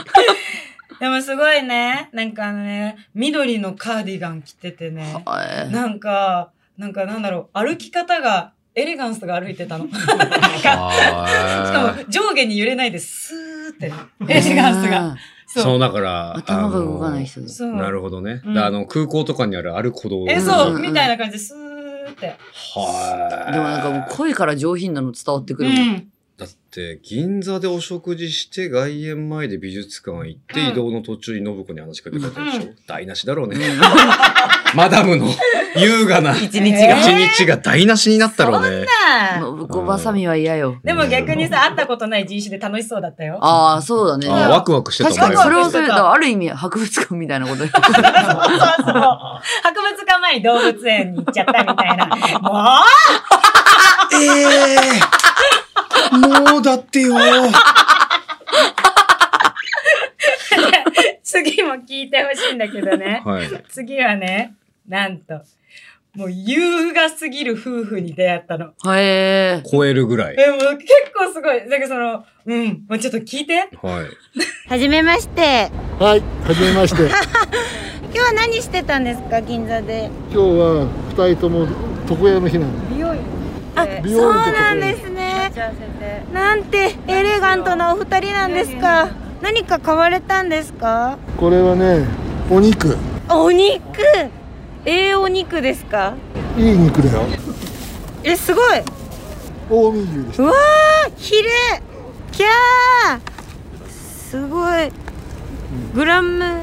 Speaker 3: でもすごいねなんかあのね緑のカーディガン着ててね
Speaker 4: はい
Speaker 3: なんかなんかなんだろう歩き方がエレガンスが歩いてたのしか
Speaker 2: は
Speaker 3: も上下に揺れないでスーってエレガンスが
Speaker 2: い。
Speaker 3: そ
Speaker 2: そううだから。
Speaker 4: 頭が動かない人です。
Speaker 3: そう
Speaker 2: なるほどね。
Speaker 3: うん
Speaker 2: だからあの空港とかにある歩く歩道。
Speaker 3: え
Speaker 4: うん
Speaker 3: そ
Speaker 4: うんう
Speaker 3: うんみたいな感じでスーって
Speaker 2: はい。
Speaker 4: でもなんかもう声から上品なの伝わってくる。
Speaker 3: ん
Speaker 2: だって、銀座でお食事して、外苑前で美術館行って、
Speaker 3: うん
Speaker 2: 移動の途中に信子に話しかけたでしょ。
Speaker 3: う
Speaker 2: 台無しだろうね。マダムの優雅な一
Speaker 3: 一日が
Speaker 2: 日が台無しになったろうね。
Speaker 4: *laughs* 信子ばさみは嫌よ。
Speaker 3: でも逆にさ、会ったことない人種で楽しそうだったよ。
Speaker 4: ああ、そうだね。
Speaker 2: あーワクワクしてた
Speaker 3: 確かに
Speaker 4: それ
Speaker 2: もん
Speaker 4: はそれだ。ある意味、博物館みたいなことよ *laughs*
Speaker 3: そうそうそう。博物館前に動物園に行っちゃったみたいな。も
Speaker 2: ええもうだってよ。
Speaker 3: う次も聞いてほしいんだけ
Speaker 2: *laughs*
Speaker 3: どね。
Speaker 2: はい。
Speaker 3: 次はね、なんと、もう優雅すぎる夫婦に出会ったの。
Speaker 4: へえ。
Speaker 2: 超えるぐらい。
Speaker 3: え、もう結構すごい。なんかその、うん、もうちょっと聞いて。
Speaker 2: はい。
Speaker 5: はじめまして
Speaker 8: はい、はじめまして。
Speaker 5: 今日は何してたんですか銀座で
Speaker 8: 今日は二人とも床屋の日なんで。
Speaker 5: あ
Speaker 8: 美容院とか
Speaker 5: すねなんてエレガントなお二人なんですか何か買われたんですか
Speaker 8: これはね、お肉、
Speaker 5: お肉えー、お肉ですか
Speaker 8: いい肉だよ。
Speaker 5: えすごい
Speaker 8: 近江牛でし
Speaker 5: うわーひれきゃーすごいグラム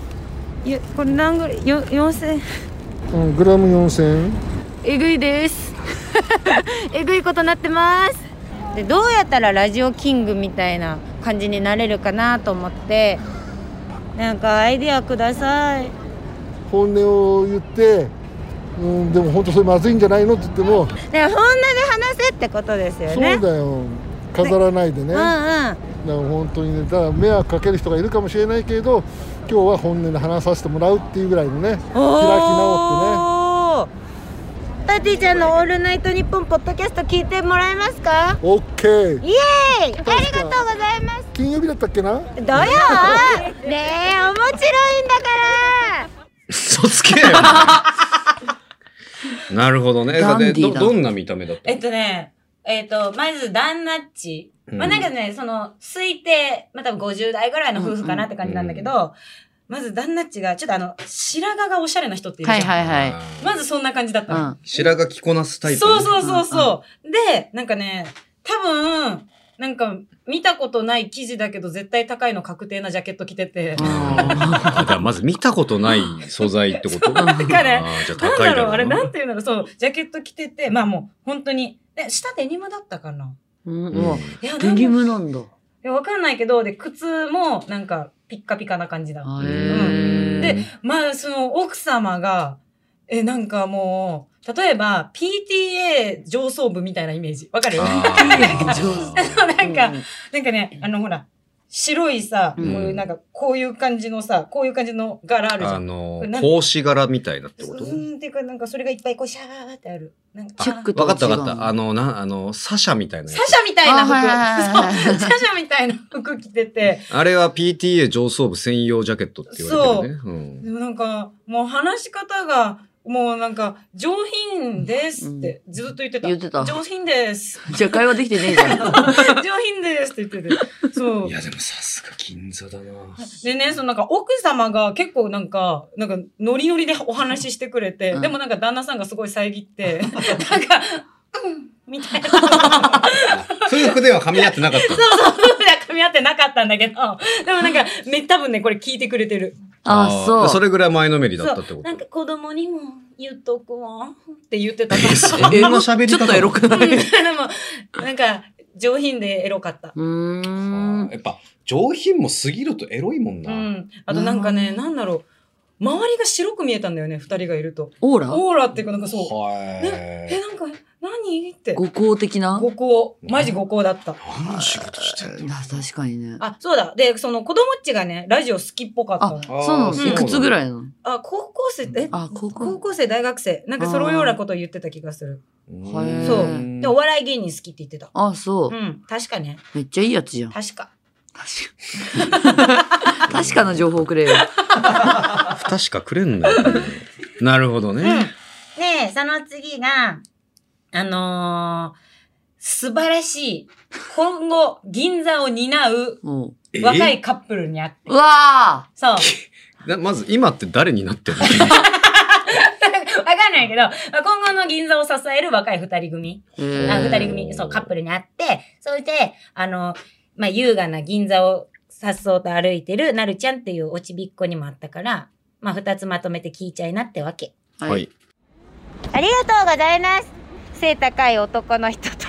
Speaker 5: よこれ何ぐらいよ4000
Speaker 8: た。うん、グラム四千。
Speaker 5: えぐいです *laughs* えぐいことなってますでどうやったらラジオキングみたいな感じになれるかなと思ってなんかアイディアください
Speaker 8: 本音を言って。うん、でも本当それまずいんじゃないのって言っても、
Speaker 5: で本音で話せってことですよ
Speaker 8: そう
Speaker 5: ね
Speaker 8: だよ。飾らないでね。
Speaker 5: う
Speaker 8: だか
Speaker 5: んうん
Speaker 8: ら本当にね、ただ迷惑かける人がいるかもしれないけれど、今日は本音で話させてもらうっていうぐらいのね、開き直っ
Speaker 5: おーパティちゃんの「オールナイトニッポン」ポッドキャスト聞いてもらえますか
Speaker 8: てね。オッケー。
Speaker 5: イエーイありがとうございます
Speaker 8: 金曜日だったっけな？
Speaker 5: どよーねえ面白いんだから
Speaker 2: 嘘つけよ。なるほどね。
Speaker 4: ダンディー
Speaker 2: で
Speaker 4: だ
Speaker 2: どどんな見た目だった
Speaker 3: *laughs* えっとね、えっと、まず、旦那っち。
Speaker 2: うん
Speaker 3: まあなんかね、その、推定、まあ多分50代ぐらいの夫婦かなって感じなんだけど、まず旦那っちが、ちょっとあの、白髪がおしゃれな人っている
Speaker 4: は
Speaker 3: じゃん。
Speaker 4: いはいはい。
Speaker 3: まずそんな感じだった
Speaker 4: う
Speaker 3: の。
Speaker 4: ん。
Speaker 2: 白髪着こなすタイプ。
Speaker 3: そうそうそうそう。で、なんかね、多分、なんか、見たことない生地だけど、絶対高いの確定なジャケット着てて。
Speaker 2: あだからまず見たことない素材ってこと
Speaker 3: なんかね
Speaker 2: あーじゃあ
Speaker 3: なん
Speaker 2: 高いだ
Speaker 3: だろう
Speaker 2: ろ
Speaker 3: あれ、
Speaker 2: う
Speaker 3: な
Speaker 2: なん
Speaker 3: ていうんだろうそう、ジャケット着てて、まあもう、本当に。で、下デニムだったかな
Speaker 4: うん。
Speaker 2: うん
Speaker 4: うわ、
Speaker 3: いや、
Speaker 4: デ
Speaker 3: なんだ
Speaker 4: ニムなんだ。
Speaker 3: いや、わかんないけど、で、靴も、なんか、ピッカピカな感じだ。
Speaker 4: へ
Speaker 2: うん
Speaker 4: え。
Speaker 3: で、まあ、その、奥様が、え、なんかもう、例えば、PTA 上層部みたいなイメージ。わかる *laughs* なん
Speaker 2: あ
Speaker 3: か、なんかね、あの、ほら、白いさ、
Speaker 4: うん
Speaker 3: こういう、 *laughs* なんか、こういう感じのさ、こういう感じの柄ある
Speaker 2: ー
Speaker 3: じゃ
Speaker 2: あ
Speaker 3: ん。
Speaker 2: の
Speaker 3: これ、何
Speaker 2: 格子柄みたいなってこ
Speaker 3: う
Speaker 2: と
Speaker 3: ん、っていうか、なんか、それがいっぱい、こう、シャーってある。なんか、
Speaker 4: チェック
Speaker 2: わかったわかっ
Speaker 4: 違
Speaker 2: た。
Speaker 4: うの
Speaker 2: あの、な、あの、サシャみたいなや
Speaker 3: サシャみたい
Speaker 4: あはいはいはい
Speaker 3: な
Speaker 4: はい
Speaker 3: 服。そうサシャみたいな服着てて。
Speaker 2: つ。あれは PTA 上層部専用ジャケットって言われてるね。うん
Speaker 3: でもなんか、もう話し方が、もうなんか、上品ですって、ずっと言ってた。
Speaker 4: 言ってた
Speaker 3: 上品
Speaker 4: *laughs*
Speaker 3: です。
Speaker 4: じゃあ会話できてねえじ *laughs* ゃん。
Speaker 3: 上品ですって言ってて。そう
Speaker 2: い。や、でもさすが銀座だな。 *laughs*
Speaker 3: でね、そのなんか奥様が結構なんか、なんかノリノリでお話ししてくれて、
Speaker 4: うん
Speaker 3: でもなんか旦那さんがすごい遮って、なんか、うん、みたいな。そう
Speaker 2: 夫婦では噛み合ってなかったの。
Speaker 3: そう、噛み合ってなかったんだけど、でもなんか、め、多分ね、これ聞いてくれてる。
Speaker 4: あそう
Speaker 2: それぐらい前のめりだったって
Speaker 9: そう
Speaker 2: こ
Speaker 9: なん
Speaker 2: と
Speaker 9: か子供にも言っとくわって言 *laughs* ってたから。
Speaker 2: そんな喋り
Speaker 10: ちょ
Speaker 2: 方
Speaker 10: っとエロく
Speaker 4: *laughs*
Speaker 10: ない
Speaker 9: でも、なんか、上品でエロかった。
Speaker 4: うーん。
Speaker 2: やっぱ上品も過ぎるとエロいもん
Speaker 9: う
Speaker 2: な、
Speaker 9: ん。あとなんかね、なんだろう。周りが白く見えたんだよね、二人がいると。
Speaker 4: オーラ
Speaker 9: オーラっていうか、なんかそう。
Speaker 2: はい
Speaker 9: え、なんか、何って。
Speaker 4: 五行的な
Speaker 9: 五行。マジ五行だった。
Speaker 2: 何の仕事してんの
Speaker 4: あ確かにね。
Speaker 9: あ、そうだ。で、その子供っちがね、ラジオ好きっぽかったの
Speaker 4: あ、そうな
Speaker 2: あ
Speaker 4: の
Speaker 2: ー
Speaker 4: いくつぐらいなの
Speaker 9: あ、高校生、え
Speaker 4: あ高校
Speaker 9: 高校生、大学生。なんかそのようなことを言ってた気がする。
Speaker 4: へー
Speaker 9: そう。
Speaker 2: ん
Speaker 9: で、お笑い芸人好きって言ってた。
Speaker 4: あ、そう
Speaker 9: う。ん。確かね。
Speaker 4: めっちゃいいやつじゃん。
Speaker 9: 確か。
Speaker 4: 確か。確かな情報くれよ。
Speaker 2: 不確かくれんだよ。 *laughs* なるほどね。
Speaker 11: で、その次が、
Speaker 9: あのー、素晴らしい、今後、銀座を担う
Speaker 4: も
Speaker 2: え
Speaker 9: 若いカップルに会って。
Speaker 4: う。うわ
Speaker 9: そう。 *laughs*
Speaker 2: なまず今って誰になってるの
Speaker 9: わかんないけど、まあ今後の銀座を支える若い二人組。
Speaker 4: ーえ
Speaker 9: あ、
Speaker 4: ー
Speaker 9: 二人組、そう、カップルに会って、それで、あの、まあ、優雅な銀座をさっそうと歩いてるなるちゃんっていうおちびっ子にもあったから、まあ、二つまとめて聞いちゃいなってわけ。
Speaker 2: は。い。
Speaker 3: ありがとうございます。背高い男の人と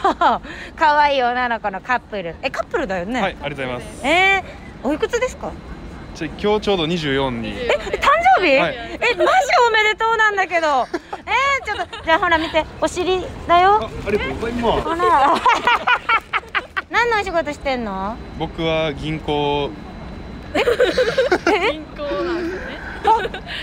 Speaker 3: 可愛い女の子のカップル。えカップルだよね。
Speaker 12: はい、ありがとうございます。
Speaker 3: えー、おいくつですか。
Speaker 12: ちょ今日ちょうど24に。
Speaker 3: 誕生日、
Speaker 12: はい
Speaker 3: えマジおめでとうなんだけど。えー、ちょっとじゃあほら見てお尻だよ。
Speaker 12: ありがとうございます。
Speaker 3: ほら。 *laughs* 何のお仕事してんの？
Speaker 12: 僕は銀行。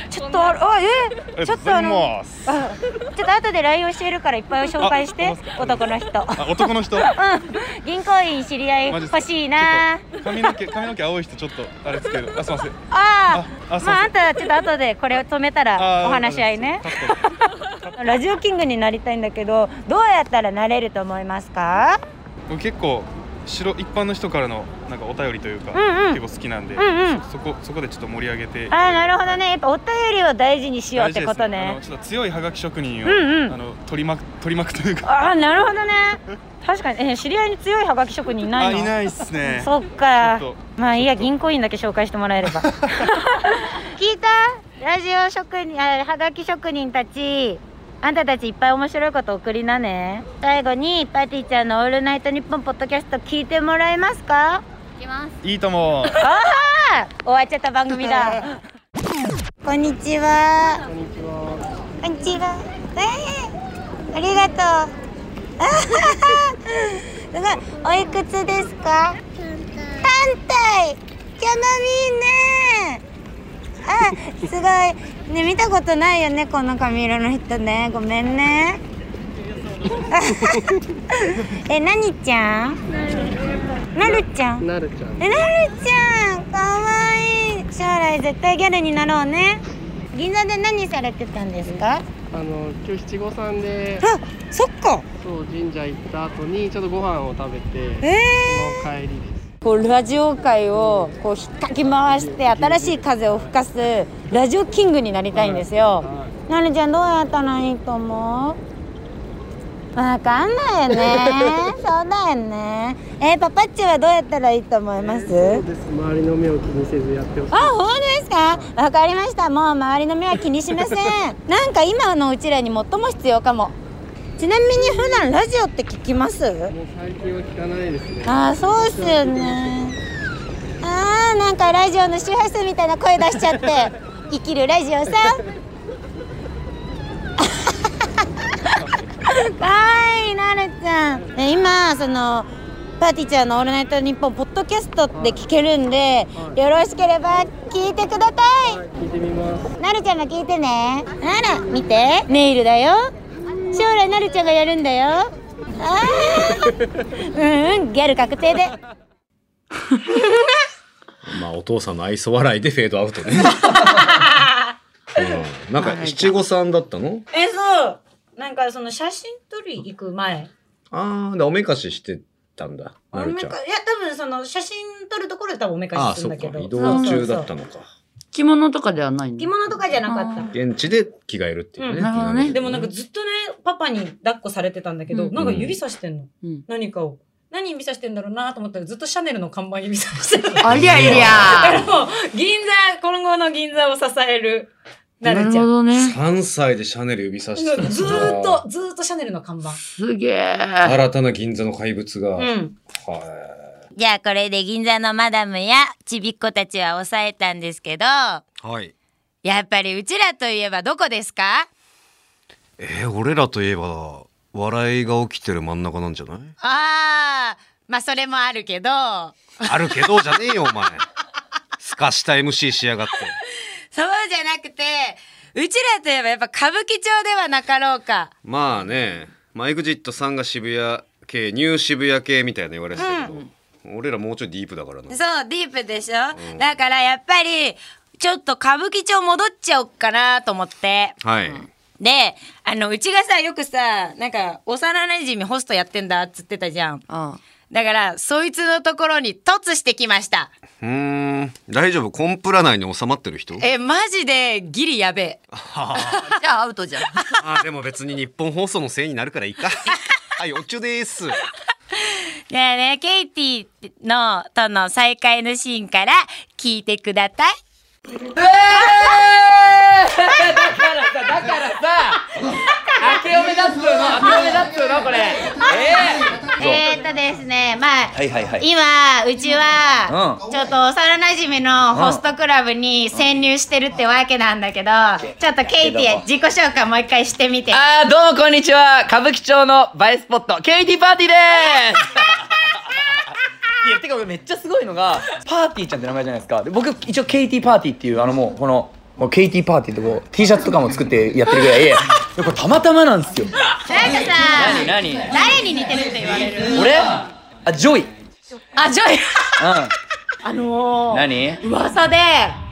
Speaker 3: ちょっとああえ
Speaker 12: ありがとうございます。あ
Speaker 3: ちょっと後で LINE 教えるからいっぱい紹介し
Speaker 12: あ
Speaker 3: て
Speaker 12: ほんまっすか
Speaker 3: 男の人。 *laughs*
Speaker 12: 男の人。
Speaker 3: うん銀行員知り合い
Speaker 12: マジっすか
Speaker 3: 欲しいな。
Speaker 12: ちょっと髪の毛髪の毛青い人ちょっとあれですけど。あすみません。
Speaker 3: あ
Speaker 12: あ
Speaker 3: あ
Speaker 12: あすみ
Speaker 3: まあ
Speaker 12: ま
Speaker 3: あんたはちょっと後でこれを止めた
Speaker 12: せん。
Speaker 3: らお話し合いね。
Speaker 12: あ。
Speaker 3: ラジオキングになりたいんだけどどうやったらなれると思いますか
Speaker 12: 僕結構白一般の人からのなんかお便りというか、
Speaker 3: うんうん
Speaker 12: 結構好きなんで、
Speaker 3: うんうん
Speaker 12: そこそこでちょっと盛り上げて。
Speaker 3: ああなるほどねやっぱお便りを大事にしようってこと
Speaker 12: 大事
Speaker 3: ね
Speaker 12: ですあのちょっと強いハガキ職人を、
Speaker 3: うんうん
Speaker 12: あの取りまく取りまくというか。
Speaker 3: ああなるほどね確かに、えー知り合いに強いハガキ職人いないの
Speaker 12: あいないっすね。
Speaker 3: そっか
Speaker 12: ちょっと
Speaker 3: まあいいや銀行員だけ紹介してもらえれ *laughs* ば聞いたラジオ職人あはがき職人たちあんたたちいっぱい面白いこと送りなね最後にパティちゃんの「オールナイトニッポン」ポッドキャスト聞いてもらえますか
Speaker 12: いいとも。
Speaker 3: あ終わっちゃった番組だ *laughs* こんにちはこんにちはこんにちはえー、ありがとうあはははす *laughs* ごいおいくつですか単体キャマミーねあすごいね見たことないよねこの髪色の人ねごめん *laughs* ねえ何ちゃんなるちゃんなるちゃんえなるちゃんかわいい将来絶対ギャルになろうね銀座で何されてたんですか
Speaker 13: あの今日七五三で
Speaker 3: あそっか
Speaker 13: そう神社行った後にちょっとご飯を食べ
Speaker 3: え
Speaker 13: て
Speaker 3: え
Speaker 13: その帰りです
Speaker 3: こうラジオ界をこう引っかき回して新しい風を吹かすラジオキングになりたいんですよ。なるちゃんどうやったらいいと思うわかんないよ
Speaker 13: *laughs*
Speaker 3: ね。そうだよね。えーパパッチはどうやったらいいと思います、
Speaker 13: そうです周りの目を気にせずやってほしい
Speaker 3: あ、本当ですか。わかりました。もう周りの目は気にし
Speaker 13: *laughs*
Speaker 3: ません。なんか今のうちらに最も必要かも。ちなみに普段ラジオって聞きます？
Speaker 13: もう最近は聞かないですね
Speaker 3: あー、そうっすよね。あー、なんかラジオの周波数みたいな声出しちゃって、生きるラジオさん。かわいいなるちゃん。ね、今その。パーティーちゃんのオールナイトニッポンポッドキャストで聞けるんで、よろしければ聞いてください。
Speaker 13: 聞いてみます
Speaker 3: なるちゃんも聞いてねあら見てネイルだよ将来なるちゃんがやるんだよあ
Speaker 2: *laughs*
Speaker 3: ーうんうんギャル確定で
Speaker 2: まあお父さんの愛想笑いでフェードアウト
Speaker 9: *laughs*
Speaker 2: ね。うんなんか七五三だったの
Speaker 9: え、そう。なんかその写真撮り行く前。
Speaker 2: ああ、でおめかししてたんだ。な
Speaker 9: おめ
Speaker 2: るち
Speaker 9: かい
Speaker 2: ゃ
Speaker 9: や
Speaker 2: ん。、
Speaker 9: 多分その写真撮るところで多分おめ
Speaker 2: あ
Speaker 9: か
Speaker 2: あ、
Speaker 9: しす
Speaker 2: そう
Speaker 9: るんだけ
Speaker 2: か。
Speaker 9: ど。
Speaker 2: 移動中だった
Speaker 9: の。
Speaker 2: のか。
Speaker 4: 着物とかではないの
Speaker 9: 着物とかじゃなかった。
Speaker 2: 現地で着替えるっていうね。
Speaker 9: うん
Speaker 4: なるほどね
Speaker 9: でもなんかずっとね、パパに抱っこされてたんだけど、
Speaker 4: うん
Speaker 9: なんか指さしてんの。
Speaker 4: うん
Speaker 9: 何かを。何指さしてんだろうなと思ったらずっとシャネルの看板指さして *laughs* る。
Speaker 4: ありゃり
Speaker 9: だから
Speaker 4: ゃ。
Speaker 9: もう、銀座、今後の銀座を支える、な
Speaker 4: *laughs* な
Speaker 9: る
Speaker 4: る
Speaker 9: ちゃ
Speaker 4: ほ
Speaker 9: ん。
Speaker 4: どね。
Speaker 2: 3歳でシャネル指さしてた
Speaker 9: ずーっと、ずーっとシャネルの看板。
Speaker 4: すげえ。
Speaker 2: 新たな銀座の怪物が、
Speaker 9: うん。
Speaker 2: は
Speaker 3: じゃあこれで銀座のマダムやちびっ子たちは抑えたんですけど、や
Speaker 2: いはい
Speaker 3: っぱりうちらといえばどこですか
Speaker 2: えー俺らといえば笑いが起きてる真ん中なんじゃない
Speaker 3: ああ、まあそれもあるけど、
Speaker 2: あるけどじゃねえよお前すかした MC しやがって
Speaker 3: そうじゃなくて、うちらといえばやっぱ歌舞伎町ではなかろうか。
Speaker 2: まあねマイクジットさんが渋谷系ニュー渋谷系みたいな言われてたけど、俺らもうちょいディープだからな
Speaker 3: そう、ディープでしょ、だからやっぱり、ちょっと歌舞伎町戻っちゃおっかなと思って。
Speaker 2: はい、
Speaker 3: で、あの、うちがさ、よくさ、なんか、幼馴染ホストやってんだっつってたじゃん。
Speaker 4: あ
Speaker 3: だから、そいつのところに突してきました。
Speaker 2: うーん大丈夫コンプラ内に収まってる人
Speaker 3: え、マジでギリやべえ。
Speaker 4: じゃあアウトじゃん。
Speaker 2: あでも別に日本放送のせいになるからい
Speaker 3: *laughs*
Speaker 2: いかはいおちゅです
Speaker 3: じゃあね、ケイティのとの再会のシーンから聞いてください。えー、っとですね、まあ、
Speaker 14: はいはいはい。
Speaker 3: 今、うちは、
Speaker 14: う
Speaker 3: ちょっと幼馴染のホストクラブに潜入してるってわけなんだけど、ちょっとケイティ自己紹介もう一回してみて。
Speaker 15: あーどうもこんにちは歌舞伎町の映えスポットケイティパーティーでーすいやてか俺めっちゃすごいのがパーティーちゃんって名前じゃないですかで僕一応ケイティパーティーっていうあのもうこのもうケイティパーティーってこう T シャツとかも作ってやってるぐらいいやこれたまたまなんですよ
Speaker 3: なんかさ、
Speaker 15: 何
Speaker 3: 誰に似てるって言われる
Speaker 15: 俺あジョイうん
Speaker 3: あ、ジョイ
Speaker 9: *laughs* あのー、
Speaker 15: 何い
Speaker 9: 噂で、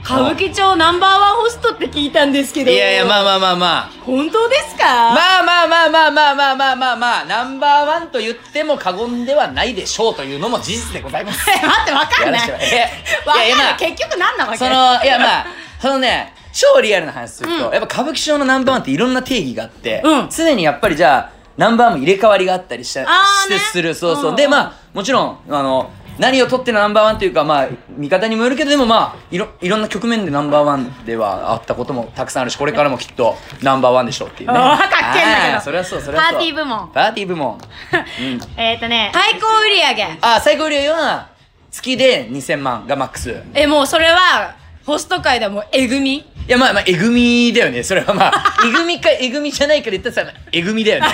Speaker 9: 歌舞伎町ナンバーワンホストって聞いたんですけど。
Speaker 15: やいやまあまあまあまあ
Speaker 9: 本当ですか
Speaker 15: まあまあまあまあまあまあまあまあまあナンバーワンと言っても過言ではないでしょうというのも事実でございます。
Speaker 9: え *laughs* 待って、わかんない。
Speaker 15: や
Speaker 9: わ
Speaker 15: らせてもら
Speaker 9: かん
Speaker 15: えいやいや
Speaker 9: な
Speaker 15: ま
Speaker 9: い。
Speaker 15: あ
Speaker 9: 結局何なわけ
Speaker 15: そのいやまあそのね超リアルな話すると、やっぱ歌舞伎町のナンバーワンっていろんな定義があって、
Speaker 9: うん
Speaker 15: 常にやっぱりじゃあナンバーワンも入れ替わりがあったりした
Speaker 9: あー
Speaker 15: して
Speaker 9: ね
Speaker 15: するそうそう、
Speaker 9: うん
Speaker 15: でまあもちろんあの何を取ってのナンバーワンというかまあ味方にもよるけどでもまあいろいろんな局面でナンバーワンではあったこともたくさんあるしこれからもきっとナンバーワンでしょうっていうね
Speaker 9: あーかっけえんだけど
Speaker 15: あーそれはそうそれは
Speaker 3: パ
Speaker 15: そう
Speaker 3: ーティー部門。
Speaker 15: パーティー部門。うん、
Speaker 3: えっ、ー、とね、最高売上。
Speaker 15: あ、最高利用は月で2000万がマックス。い
Speaker 9: え、もうそれは、ホスト界ではもうえぐみ
Speaker 15: や、まあまあ、えぐみだよね。それ
Speaker 9: *laughs*
Speaker 15: はまあ、えぐみか、えぐみじゃないから言ったらさ、えぐみだよね。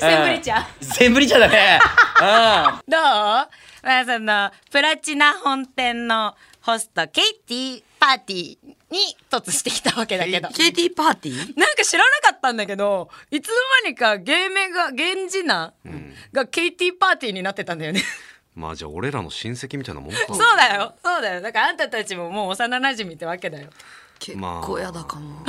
Speaker 9: センブリ茶
Speaker 15: うん。センブリ茶だね。
Speaker 9: *laughs*
Speaker 15: うん。
Speaker 3: どうまあその、プラチナ本店のホスト、ケイティパーティーに突してきたわけだけど。
Speaker 4: ケイティパーティー
Speaker 3: なんか知らなかったんだけど、いつの間にか芸名が、源氏名がケイティパーティーになってたんだよね。
Speaker 2: まあじゃあ俺らの親戚みたいなもんか
Speaker 3: そうだよ。そうだよ。だからあんたたちももう幼馴染ってわけだよ。
Speaker 4: 結
Speaker 2: まあ
Speaker 4: 構やだかも。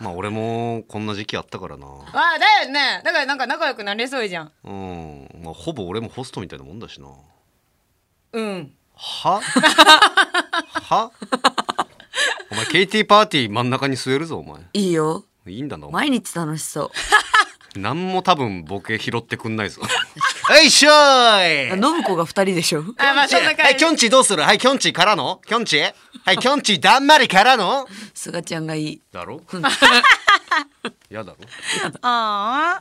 Speaker 2: まあ俺もこんな時期あったからな
Speaker 3: ああ、だよね。だからなんか仲良くなれそうじゃん。
Speaker 2: うんまあほぼ俺もホストみたいなもんだしな
Speaker 3: うん。 *laughs*
Speaker 2: ははお前ケイティパーティー真ん中に据えるぞお前
Speaker 4: いいよ。
Speaker 2: いいんだなお前
Speaker 4: 毎日楽しそう。
Speaker 2: 何も多分ボケ拾ってくん
Speaker 4: *laughs*
Speaker 2: ないぞはいしょーい
Speaker 4: 信子が二人でしょ。
Speaker 3: あまあそんな
Speaker 2: は
Speaker 3: 感
Speaker 2: い、
Speaker 3: じ。
Speaker 2: きょんちどうするはい、きょんちからのきょんちはい、きょんちだんまりからの
Speaker 4: すがちゃんがいい。
Speaker 2: だ
Speaker 4: *laughs*
Speaker 2: ろやだろ
Speaker 3: あ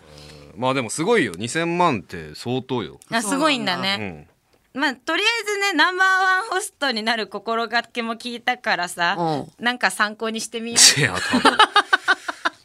Speaker 2: まあでもすごいよ。2000万って相当よ。
Speaker 3: あ。すごいんだね
Speaker 2: う。ん。
Speaker 3: まあとりあえずねナンバーワンホストになる心がけも聞いたからさ、
Speaker 4: う
Speaker 3: なんか参考にしてみよ
Speaker 2: いや、多
Speaker 4: *laughs*
Speaker 2: 分。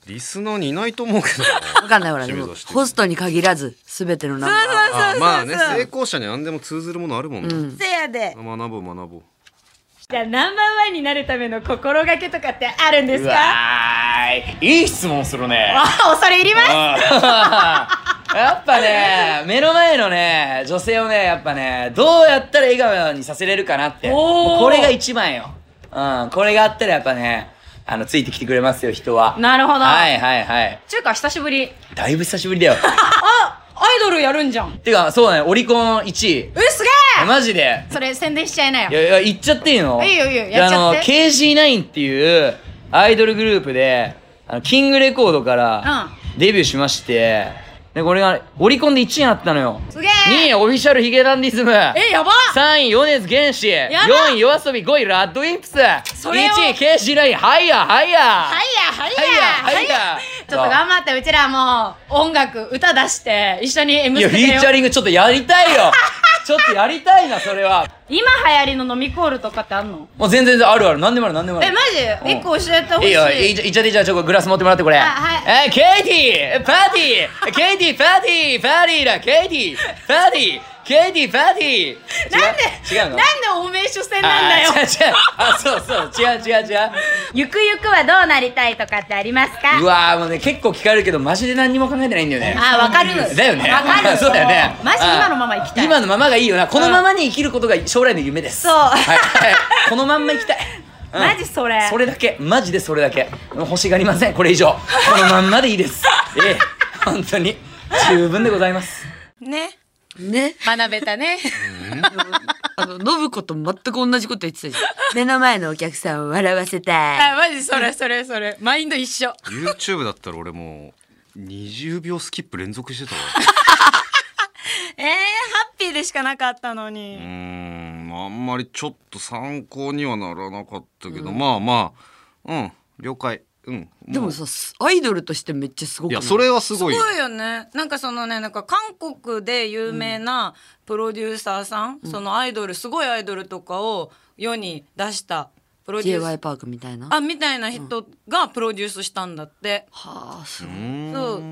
Speaker 2: リスナーにいないと思うけどな。
Speaker 4: わかんないほらで
Speaker 2: 清
Speaker 4: も
Speaker 2: 水して
Speaker 4: ホストに限らず全てのナンバーワン
Speaker 2: あまあね、成功者に何でも通ずるものあるもんね。
Speaker 3: う。せやで。
Speaker 2: 学ぼう、学ぼう。
Speaker 9: *laughs* じゃあナンバーワンになるための心がけとかってあるんです
Speaker 15: う
Speaker 9: か
Speaker 15: わーい。いい質問するね。
Speaker 9: あ、恐れ入ります
Speaker 15: うん *laughs* やっぱね、目の前のね、女性をね、やっぱね、どうやったら笑顔にさせれるかなって。もうこれが一番よ。うん、これがあったらやっぱね、あの、ついてきてくれますよ、人は。
Speaker 9: なるほど
Speaker 15: はいはいはい。
Speaker 9: ちゅうか久しぶり。
Speaker 15: だいぶ久しぶりだよ。 *laughs*
Speaker 9: あ、アイドルやるんじゃん。
Speaker 15: てか、そうだね、オリコン1位。
Speaker 9: うすげえ
Speaker 15: マジで。
Speaker 9: それ宣伝しちゃいなよ
Speaker 15: い。やいや、言っちゃっていいの
Speaker 9: いいよいいよやっちゃって
Speaker 15: であの、KG9 っていうアイドルグループで、あのキングレコードからデビューしまして、でこれがオリコンで1位になったのよ
Speaker 9: すげえ
Speaker 15: 2位オフィシャルヒゲダンディズム *laughs*
Speaker 9: えやば
Speaker 15: 3位米津玄師
Speaker 9: やば
Speaker 15: 4位 YOASOBI 5位ラッドウィンプス
Speaker 9: それを
Speaker 15: 1位ケイシーラインハイヤーハイヤー
Speaker 9: はいやはいや
Speaker 15: はいやはいや
Speaker 9: ちょっと頑張ってうちらも音楽歌出して一緒に M
Speaker 15: いや
Speaker 9: ス
Speaker 15: フ
Speaker 9: テ
Speaker 15: ィーチャ
Speaker 9: よ
Speaker 15: リングちょっとやりたいよちょっとやりたいなそれは
Speaker 9: 今流行りの飲みコールとかってあんの
Speaker 15: もう全然あるある何でもある何でもある
Speaker 9: えマジ
Speaker 15: うん
Speaker 9: 一個教えてほし
Speaker 15: い
Speaker 9: い
Speaker 15: いよ、いいじゃいっちゃっていいじゃん、ちょっとグラス持ってもらってこれ。
Speaker 9: は
Speaker 15: えー、ケイティパーティーケイティパーティーパーティーだケイティパーティーケイティパーティーなんで違う
Speaker 9: な
Speaker 15: の
Speaker 9: んでお名所戦なんだよ
Speaker 15: あー違う違う。あ、そうそう。違う違う違う。
Speaker 9: ゆくゆくはどうなりたいとかってありますか
Speaker 15: うわーもうね、結構聞かれるけど、マジで何にも考えてないんだよね。
Speaker 9: あわかる
Speaker 15: だよね。
Speaker 9: わかる
Speaker 15: *laughs* そうだよね。
Speaker 9: マジ今のまま生きたい
Speaker 15: 今のままがいいよな。このままに生きることが将来の
Speaker 9: *laughs*
Speaker 15: 夢です。
Speaker 9: そう
Speaker 15: はいはいこのまんま生きたい。うん
Speaker 9: マジそれ
Speaker 15: それだけマジでそれだけ欲しがりませんこれ以上このまんまでいいです
Speaker 9: *laughs*
Speaker 15: ええ本当に十分でございます
Speaker 9: ね
Speaker 4: ね
Speaker 9: 学べた *laughs* ね
Speaker 4: あの信子と全く同じこと言ってたじゃん目の前のお客さんを笑わせたい
Speaker 9: あマジそれそれそれマインド一緒
Speaker 2: YouTube だったら俺もう20秒スキップ連続してたわ
Speaker 9: えー、ハッピーでしかなかったのに
Speaker 2: うーんあんまりちょっと参考にはならなかったけど、まあまあうん了解うん
Speaker 4: でもさアイドルとしてめっちゃすごく
Speaker 2: い
Speaker 4: ない
Speaker 2: やそれはす
Speaker 9: す
Speaker 2: ご
Speaker 9: ご
Speaker 2: い
Speaker 9: い
Speaker 2: よ
Speaker 9: よねなんかそのねなんか韓国で有名なプロデューサーさん、そのアイドルすごいアイドルとかを世に出したプロデューサ
Speaker 4: j
Speaker 9: ー
Speaker 4: y パークみたいな
Speaker 9: あみたいな人がプロデュースしたんだって、
Speaker 4: はあすごい
Speaker 9: そう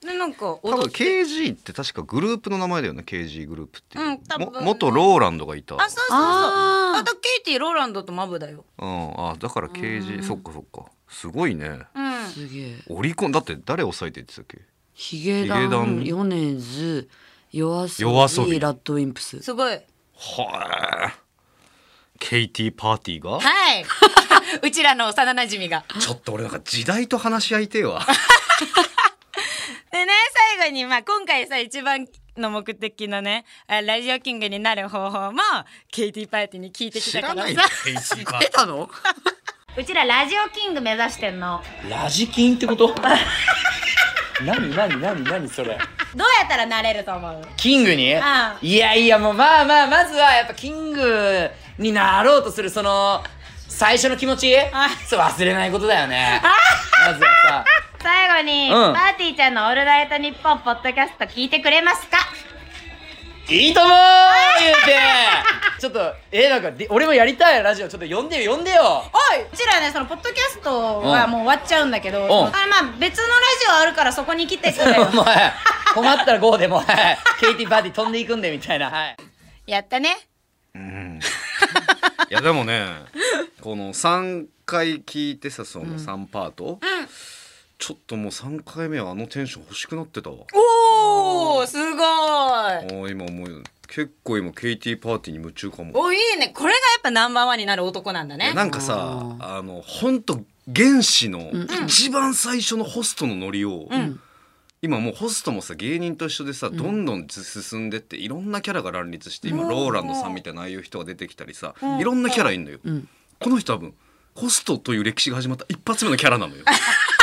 Speaker 9: でなんか
Speaker 2: 多分
Speaker 9: 踊って
Speaker 2: KG って確かグループの名前だよね KG グループっていう、
Speaker 9: うん多分
Speaker 2: も元ローランドがいた
Speaker 9: あそうそうそうあとケイティローランドとマブだよ
Speaker 2: うん、あだから KG そっかそっかすごいね
Speaker 9: うん
Speaker 4: すげえ
Speaker 2: オリコンだって誰抑えてって言ってたっ
Speaker 4: ヒゲダ
Speaker 2: ヒゲダ
Speaker 4: ン
Speaker 2: ン
Speaker 4: 米津夜遊
Speaker 2: 夜遊
Speaker 4: び
Speaker 2: び
Speaker 4: ラッドウィンプス
Speaker 9: すごい
Speaker 2: けはあケイティパーティーが
Speaker 15: *laughs*
Speaker 9: はいうちらの幼なじみが
Speaker 2: ちょっと俺なんか時代と話し合いてえわ
Speaker 9: でね最後に、まあ、今回さ一番の目的のねあラジオキングになる方法もケイティパーティーに聞いてきたからさ
Speaker 2: ケイティパー
Speaker 4: 出たの
Speaker 5: うちらラジオキング目指してんの
Speaker 15: ラジキンってこと
Speaker 9: *laughs*
Speaker 15: 何何何何それ
Speaker 9: どうやったらなれると思う
Speaker 15: キングに、
Speaker 9: ん
Speaker 15: いやいやもうまあまあまずはやっぱキングになろうとするその最初の気持ちそう忘れないことだよねまずはさ
Speaker 5: 最後に、
Speaker 15: うん
Speaker 5: パーティーちゃんの「オールナイトニッポン」ポッドキャスト聞いてくれますか
Speaker 15: いいともー言うてちょっとえなんかで俺もやりたいラジオちょっと呼んでよ呼んでよ
Speaker 9: おいうちらねそのポッドキャストはもう終わっちゃうんだけど、
Speaker 15: ん
Speaker 9: あまあ別のラジオあるからそこに来てくれよ *laughs*
Speaker 15: お前困ったらゴーでもうはいケイティパーティー飛んでいくんでみたいなはい
Speaker 9: やったね
Speaker 2: *laughs* いやでもねこの3回聞いてさその3パート、ちょっともう3回目はあのテンション欲しくなってたわ
Speaker 9: おおすごい
Speaker 2: もう今思う結構今ケイティパーティーに夢中かも
Speaker 9: おいいねこれがやっぱナンバーワンになる男なんだね
Speaker 2: なんかさあのほんと原始の一番最初のホストのノリを、今もうホストもさ芸人と一緒でさどんどん進んでっていろんなキャラが乱立して今ローランドさんみたいなああいう人が出てきたりさいろんなキャラいんのよ。この人多分ホストという歴史が始まった一発目のキャラな *laughs* のよ。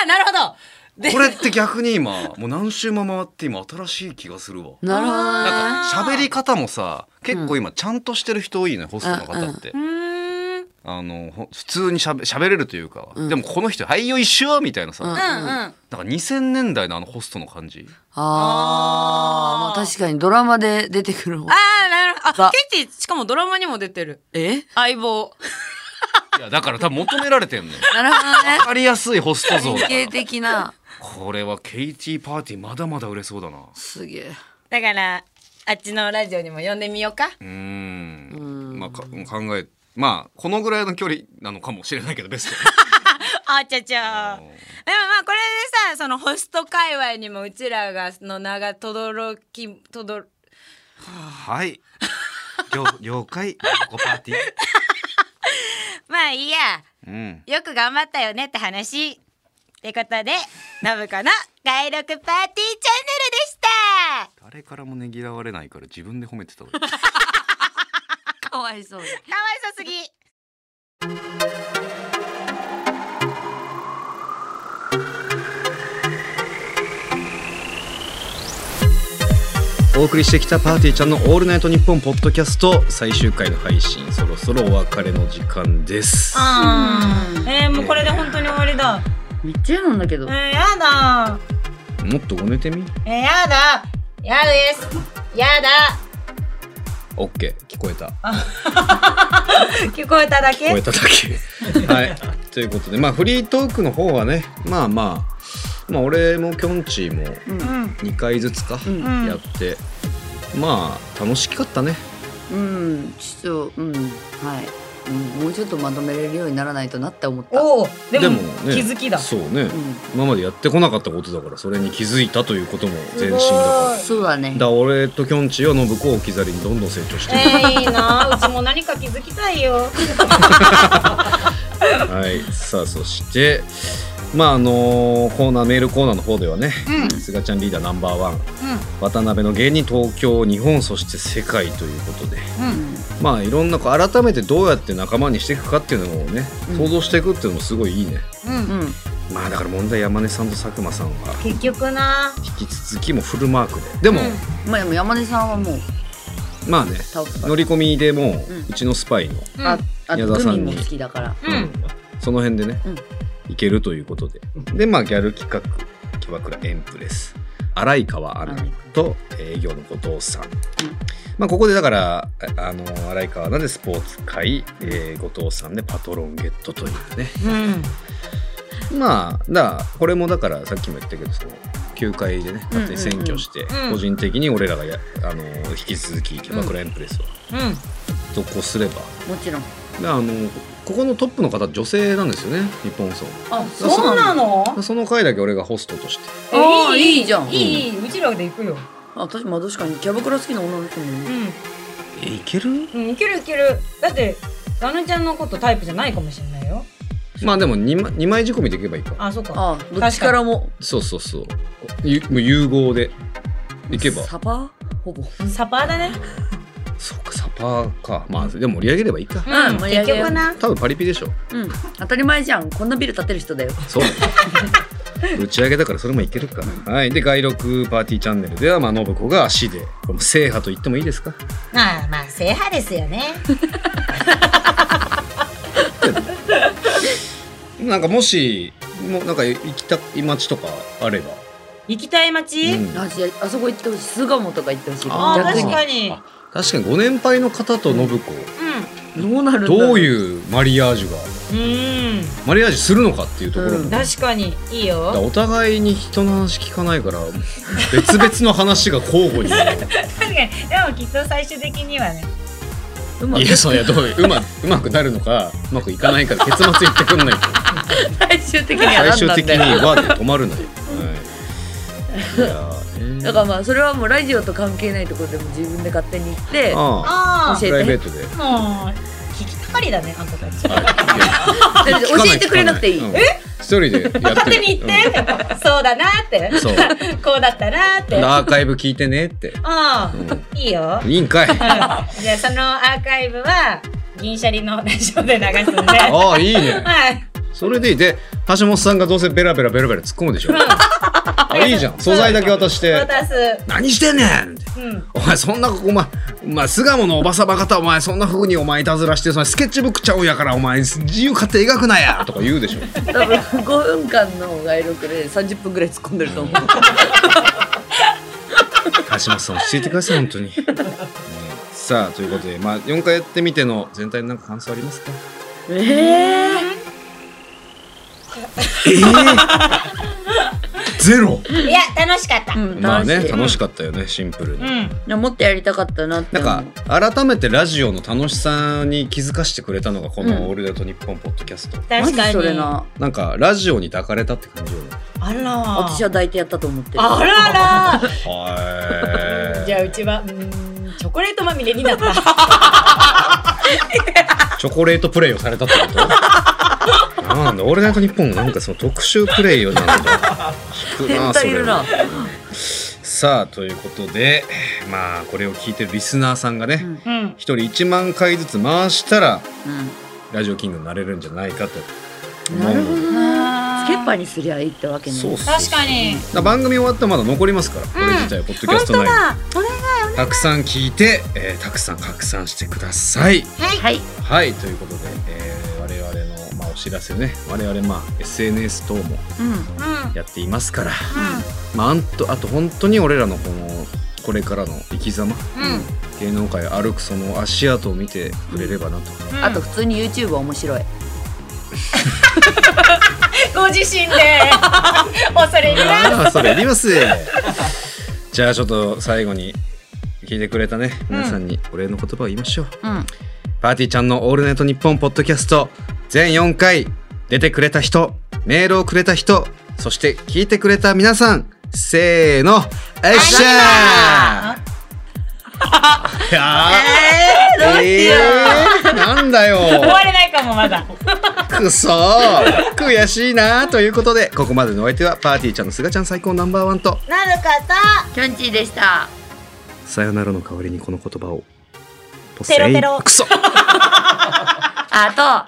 Speaker 9: あなるほどで
Speaker 2: これって逆に今もう何周も回って今新しい気がするわ。
Speaker 4: なるほどね
Speaker 2: なんか喋り方もさ結構今ちゃんとしてる人多いねホストの方って。あのほ普通にしゃべ喋れるというか、でもこの人「はいよ一緒!」みたいなさ、
Speaker 4: うん
Speaker 2: なんか
Speaker 9: うんうん
Speaker 2: 2000年代のあのホストの感じ
Speaker 4: あーまあ確かにドラマで出てくるもん
Speaker 9: ああなるほど
Speaker 4: ザ
Speaker 9: あケイティしかもドラマにも出てる
Speaker 4: え
Speaker 9: 相棒
Speaker 2: いやだから多分求められてんのよ
Speaker 4: なるほどね
Speaker 2: 分かりやすいホスト像だ
Speaker 4: 典型的な
Speaker 2: これはケイティパーティーまだまだ売れそうだな
Speaker 4: すげえ
Speaker 9: だからあっちのラジオにも呼んでみようか
Speaker 2: うーんんまあかうん考えまあこのぐらいの距離なのかもしれないけどベス *laughs*
Speaker 9: あちゃちゃでもまあこれでさそのホスト界隈にもうちらがの名がとどろきとどろ
Speaker 2: ト *laughs* はい了了解ごパーティ
Speaker 9: まあいいや
Speaker 2: ーうん
Speaker 9: よく頑張ったよねって話ってことでノブコの外録パーティーチャンネルでした
Speaker 2: 誰からもねぎらわれないから自分で褒めてた俺
Speaker 4: かわいそうに
Speaker 9: かわいそうすぎ
Speaker 2: お送りしてきたパーティーちゃんの「オールナイトニッポン」ポッドキャスト最終回の配信そろそろお別れの時間です
Speaker 3: あーえー、もうこれで本当に終わりだ。
Speaker 4: めっちゃ嫌なんだけ
Speaker 3: え
Speaker 4: ど
Speaker 3: ー、やだ
Speaker 2: もっとごねてみ
Speaker 3: えー、やだやですやだ
Speaker 2: OK 聞こえた
Speaker 3: 聞こえただけ
Speaker 2: 聞こえただけはいということでまあフリートークの方はねまあまあまあ俺もきょんちぃも
Speaker 3: うん
Speaker 2: 2回ずつか
Speaker 4: ん
Speaker 2: やって、まあ楽しかったね
Speaker 4: うんちょっとうんはい、うん、もうちょっとまとめれるようにならないとなって思った
Speaker 3: おおでも
Speaker 2: ね
Speaker 3: 気づきだ
Speaker 2: そうね、今までやってこなかったことだからそれに気づいたということも前進だから
Speaker 4: そうだね
Speaker 2: だから俺ときょんちぃは信子を置き去りにどんどん成長してい
Speaker 3: えー、いいなうちも何か気づきたいよ
Speaker 2: る、はい、さあそしてまああのコーナーメールコーナーの方ではね、
Speaker 3: うん
Speaker 2: すがちゃんリーダーナンバーワン渡辺の芸人東京日本そして世界ということでまあいろんなこう改めてどうやって仲間にしていくかっていうのをね
Speaker 3: うん
Speaker 2: 想像していくっていうのもすごいいいね、
Speaker 3: うんうん、うん、
Speaker 2: まあだから問題山根さんと佐久間さんは
Speaker 3: 結局な
Speaker 2: 引き続きもうフルマークででも、
Speaker 4: まあでも山根さんはもう
Speaker 2: まあね
Speaker 4: 倒すから
Speaker 2: 乗り込みでもう、
Speaker 4: う
Speaker 2: うんちのスパイの
Speaker 4: ああ
Speaker 2: 矢
Speaker 4: と
Speaker 2: 沢
Speaker 4: グ
Speaker 2: さ
Speaker 4: ミ
Speaker 2: ん
Speaker 4: も
Speaker 2: に
Speaker 4: 好きだから
Speaker 2: その辺でね、
Speaker 4: うん
Speaker 2: いけるということででまあギャル企画キワクラエンプレス荒井川アナと営業の後藤さん、まあここでだからああの荒井川アナでスポーツ界、えー後藤さんでパトロンゲットというねまあだからこれもだからさっきも言ったけどその球界でね勝手に選挙して、
Speaker 3: うんうんうん
Speaker 2: 個人的に俺らがやあの引き続きキャバクラエンプレスを
Speaker 3: う
Speaker 2: 続行すれば、
Speaker 4: もちろん
Speaker 2: であのここのトップの方女性なんですよね日本放送
Speaker 3: あそうなの
Speaker 2: その回だけ俺がホストとして
Speaker 4: あー
Speaker 3: え
Speaker 4: いいじゃん
Speaker 3: いいいいうちらで行くよ
Speaker 4: あ私まあ確かにキャバクラ好きな女の人もいる
Speaker 2: えいける
Speaker 3: うん、うん、いけるいけるだってダヌちゃんのことタイプじゃないかもしれないよ
Speaker 2: まあでも 2, 枚二枚仕込みでいけばいいか
Speaker 3: あそうか
Speaker 4: あどっちからも
Speaker 2: そうそうそうゆもう融合でいけば
Speaker 4: サバほぼ
Speaker 3: サパーだね
Speaker 2: そうかサパーかまあでも盛り上げればいいか
Speaker 4: うん盛り上げよう結局
Speaker 3: な
Speaker 2: 多分パリピでしょ
Speaker 4: うん当たり前じゃんこんなビル建てる人だよ
Speaker 2: そう *laughs* 打ち上げだからそれもいけるかなはいで外録パーティーチャンネルではまあ信子が足でこれも制覇と言ってもいいですか
Speaker 5: まあまあ制覇ですよね
Speaker 2: なんかもしもうなんか行きたい街とかあれば
Speaker 3: 行きたい街、
Speaker 2: うん
Speaker 4: あしあそこ行ってほしい巣鴨とか行ってほしい
Speaker 3: あー
Speaker 4: 逆
Speaker 3: 確
Speaker 4: に
Speaker 3: かに
Speaker 2: 確かにご年配の方と信子、
Speaker 4: どうなるんだろ
Speaker 2: どういうマリアージュが
Speaker 3: うん
Speaker 2: マリアージュするのかっていうところも、
Speaker 3: うん
Speaker 2: だか
Speaker 3: 確かにいい
Speaker 2: ら
Speaker 3: よ
Speaker 2: お互いに人の話聞かないから別々の話が交互に
Speaker 3: 確かにでもきっと最終的にはね
Speaker 4: *laughs* うま
Speaker 2: いやそうやどういううまうまくなるのかうまくいかないから結末言ってく
Speaker 4: *laughs*
Speaker 2: んないと
Speaker 4: 最終的には
Speaker 2: 最
Speaker 4: 何
Speaker 2: 終
Speaker 4: なん
Speaker 2: 的
Speaker 4: だ
Speaker 2: に
Speaker 4: よ
Speaker 2: はで止まるのよ、はい、いやーね
Speaker 4: だからまあそれはもうラジオと関係ないところでも自分で勝手に行って
Speaker 2: あ
Speaker 3: あ
Speaker 2: プ
Speaker 4: 教
Speaker 2: ライベ
Speaker 4: え
Speaker 2: ートで
Speaker 3: もう聞きたがりだねあんたたち
Speaker 4: てだって教えてくれなくていい、
Speaker 2: え一人でやって
Speaker 3: 勝手に行って、そうだなって
Speaker 4: *laughs*
Speaker 2: そう
Speaker 3: こうだったなって
Speaker 2: うん
Speaker 3: あ
Speaker 2: アーカイブ聞いてねって
Speaker 3: あいいよ
Speaker 2: いいんかい
Speaker 3: じゃあそのアーカイブは銀シャリのラジオで流すん *laughs* で
Speaker 2: ああいいね
Speaker 3: はい
Speaker 2: それでいいで橋本さんがどうせベラベラベラベラ突っ込むでしょあいいじゃん素材だけ渡して
Speaker 3: 渡す
Speaker 2: 「何してんねん!」って
Speaker 3: うん
Speaker 2: お前そんなお前お前巣鴨のおばさば方お前そんなふうにお前いたずらしてそのスケッチブックちゃうんやからお前自由勝手描くなやとか言うでしょ
Speaker 4: 多分5分間の外録で30分ぐらい突っ込んでると思う
Speaker 2: 橋本さん教えてください本当に、うんさあということでまあ4回やってみての全体のなんか感想ありますか
Speaker 4: ええ
Speaker 2: ええゼロ
Speaker 5: いや楽しかった、
Speaker 4: うん
Speaker 2: まあね楽
Speaker 4: し
Speaker 2: しかったよねシンプルに、
Speaker 3: うん
Speaker 4: いいやもっとやりたかったなって
Speaker 2: なん
Speaker 4: 思う
Speaker 2: か改めてラジオの楽しさに気づかしてくれたのがこ
Speaker 4: うん
Speaker 2: の「オールナイトニッポン」ポッドキャスト、
Speaker 4: マ
Speaker 3: 確
Speaker 4: ジ
Speaker 3: か
Speaker 4: それ
Speaker 3: に
Speaker 4: な
Speaker 2: なんかラジオに抱かれたって感じよね
Speaker 3: あら
Speaker 4: 私は抱いてやったと思ってる
Speaker 3: あらら
Speaker 2: は
Speaker 3: じゃあうちはうーんチョコレートまみれになった
Speaker 2: いチョコレートプレイをされたってことな
Speaker 4: *laughs*
Speaker 2: んだ「オールナイトニッポン」なんかその特集プレイをなんか聞く
Speaker 4: 変
Speaker 2: なそ
Speaker 4: 態い
Speaker 2: れ
Speaker 4: るな
Speaker 2: はさあということでまあこれを聞いてるリスナーさんがね
Speaker 4: うん
Speaker 3: うん
Speaker 2: 一、人1万回ずつ回したら
Speaker 4: うん
Speaker 2: ラジオキングになれるんじゃないかと思
Speaker 4: な
Speaker 2: う
Speaker 4: るほ
Speaker 2: ので
Speaker 4: どなけっぱにすりゃいいってわけね
Speaker 2: そうそう
Speaker 9: 確かに
Speaker 2: だから番組終わったらまだ残りますから、これ自体はポッドキャ
Speaker 9: 本
Speaker 2: スト
Speaker 9: 当
Speaker 2: 内
Speaker 9: だお願い
Speaker 2: にたくさん聞いて、えーたくさん拡散してください
Speaker 4: はい
Speaker 2: はいということで、えー我々の、まあ、お知らせをね我々、まあ、SNS 等も
Speaker 4: うん
Speaker 2: やっていますから、まあ、あんとあと本当に俺らのこのこれからの生き様芸能界を歩くその足跡を見てくれればなと、
Speaker 4: うんあと普通に YouTube 面白い
Speaker 9: ご自身で恐れ入り
Speaker 2: あ
Speaker 9: ま
Speaker 2: あ
Speaker 9: す
Speaker 2: それいります *laughs* じゃあちょっと最後に聞いてくれたね皆さんにお礼の言葉を言いましょう、
Speaker 4: うん
Speaker 2: パーティーちゃんの「オールナイトニッポン」ポッドキャスト全4回出てくれた人メールをくれた人そして聞いてくれた皆さんせーのエッシャーいや
Speaker 9: えーどうしよ
Speaker 2: えーなんだよ
Speaker 9: 終われないかもまだ
Speaker 2: くそー悔しいなーということでここまでのお相手はパーティーちゃんのすがちゃん最高ナンバーワンと
Speaker 5: なるかと
Speaker 4: きょんちぃでした
Speaker 2: さよならの代わりにこの言葉をポ
Speaker 4: ペロペロ
Speaker 2: くそ
Speaker 4: あと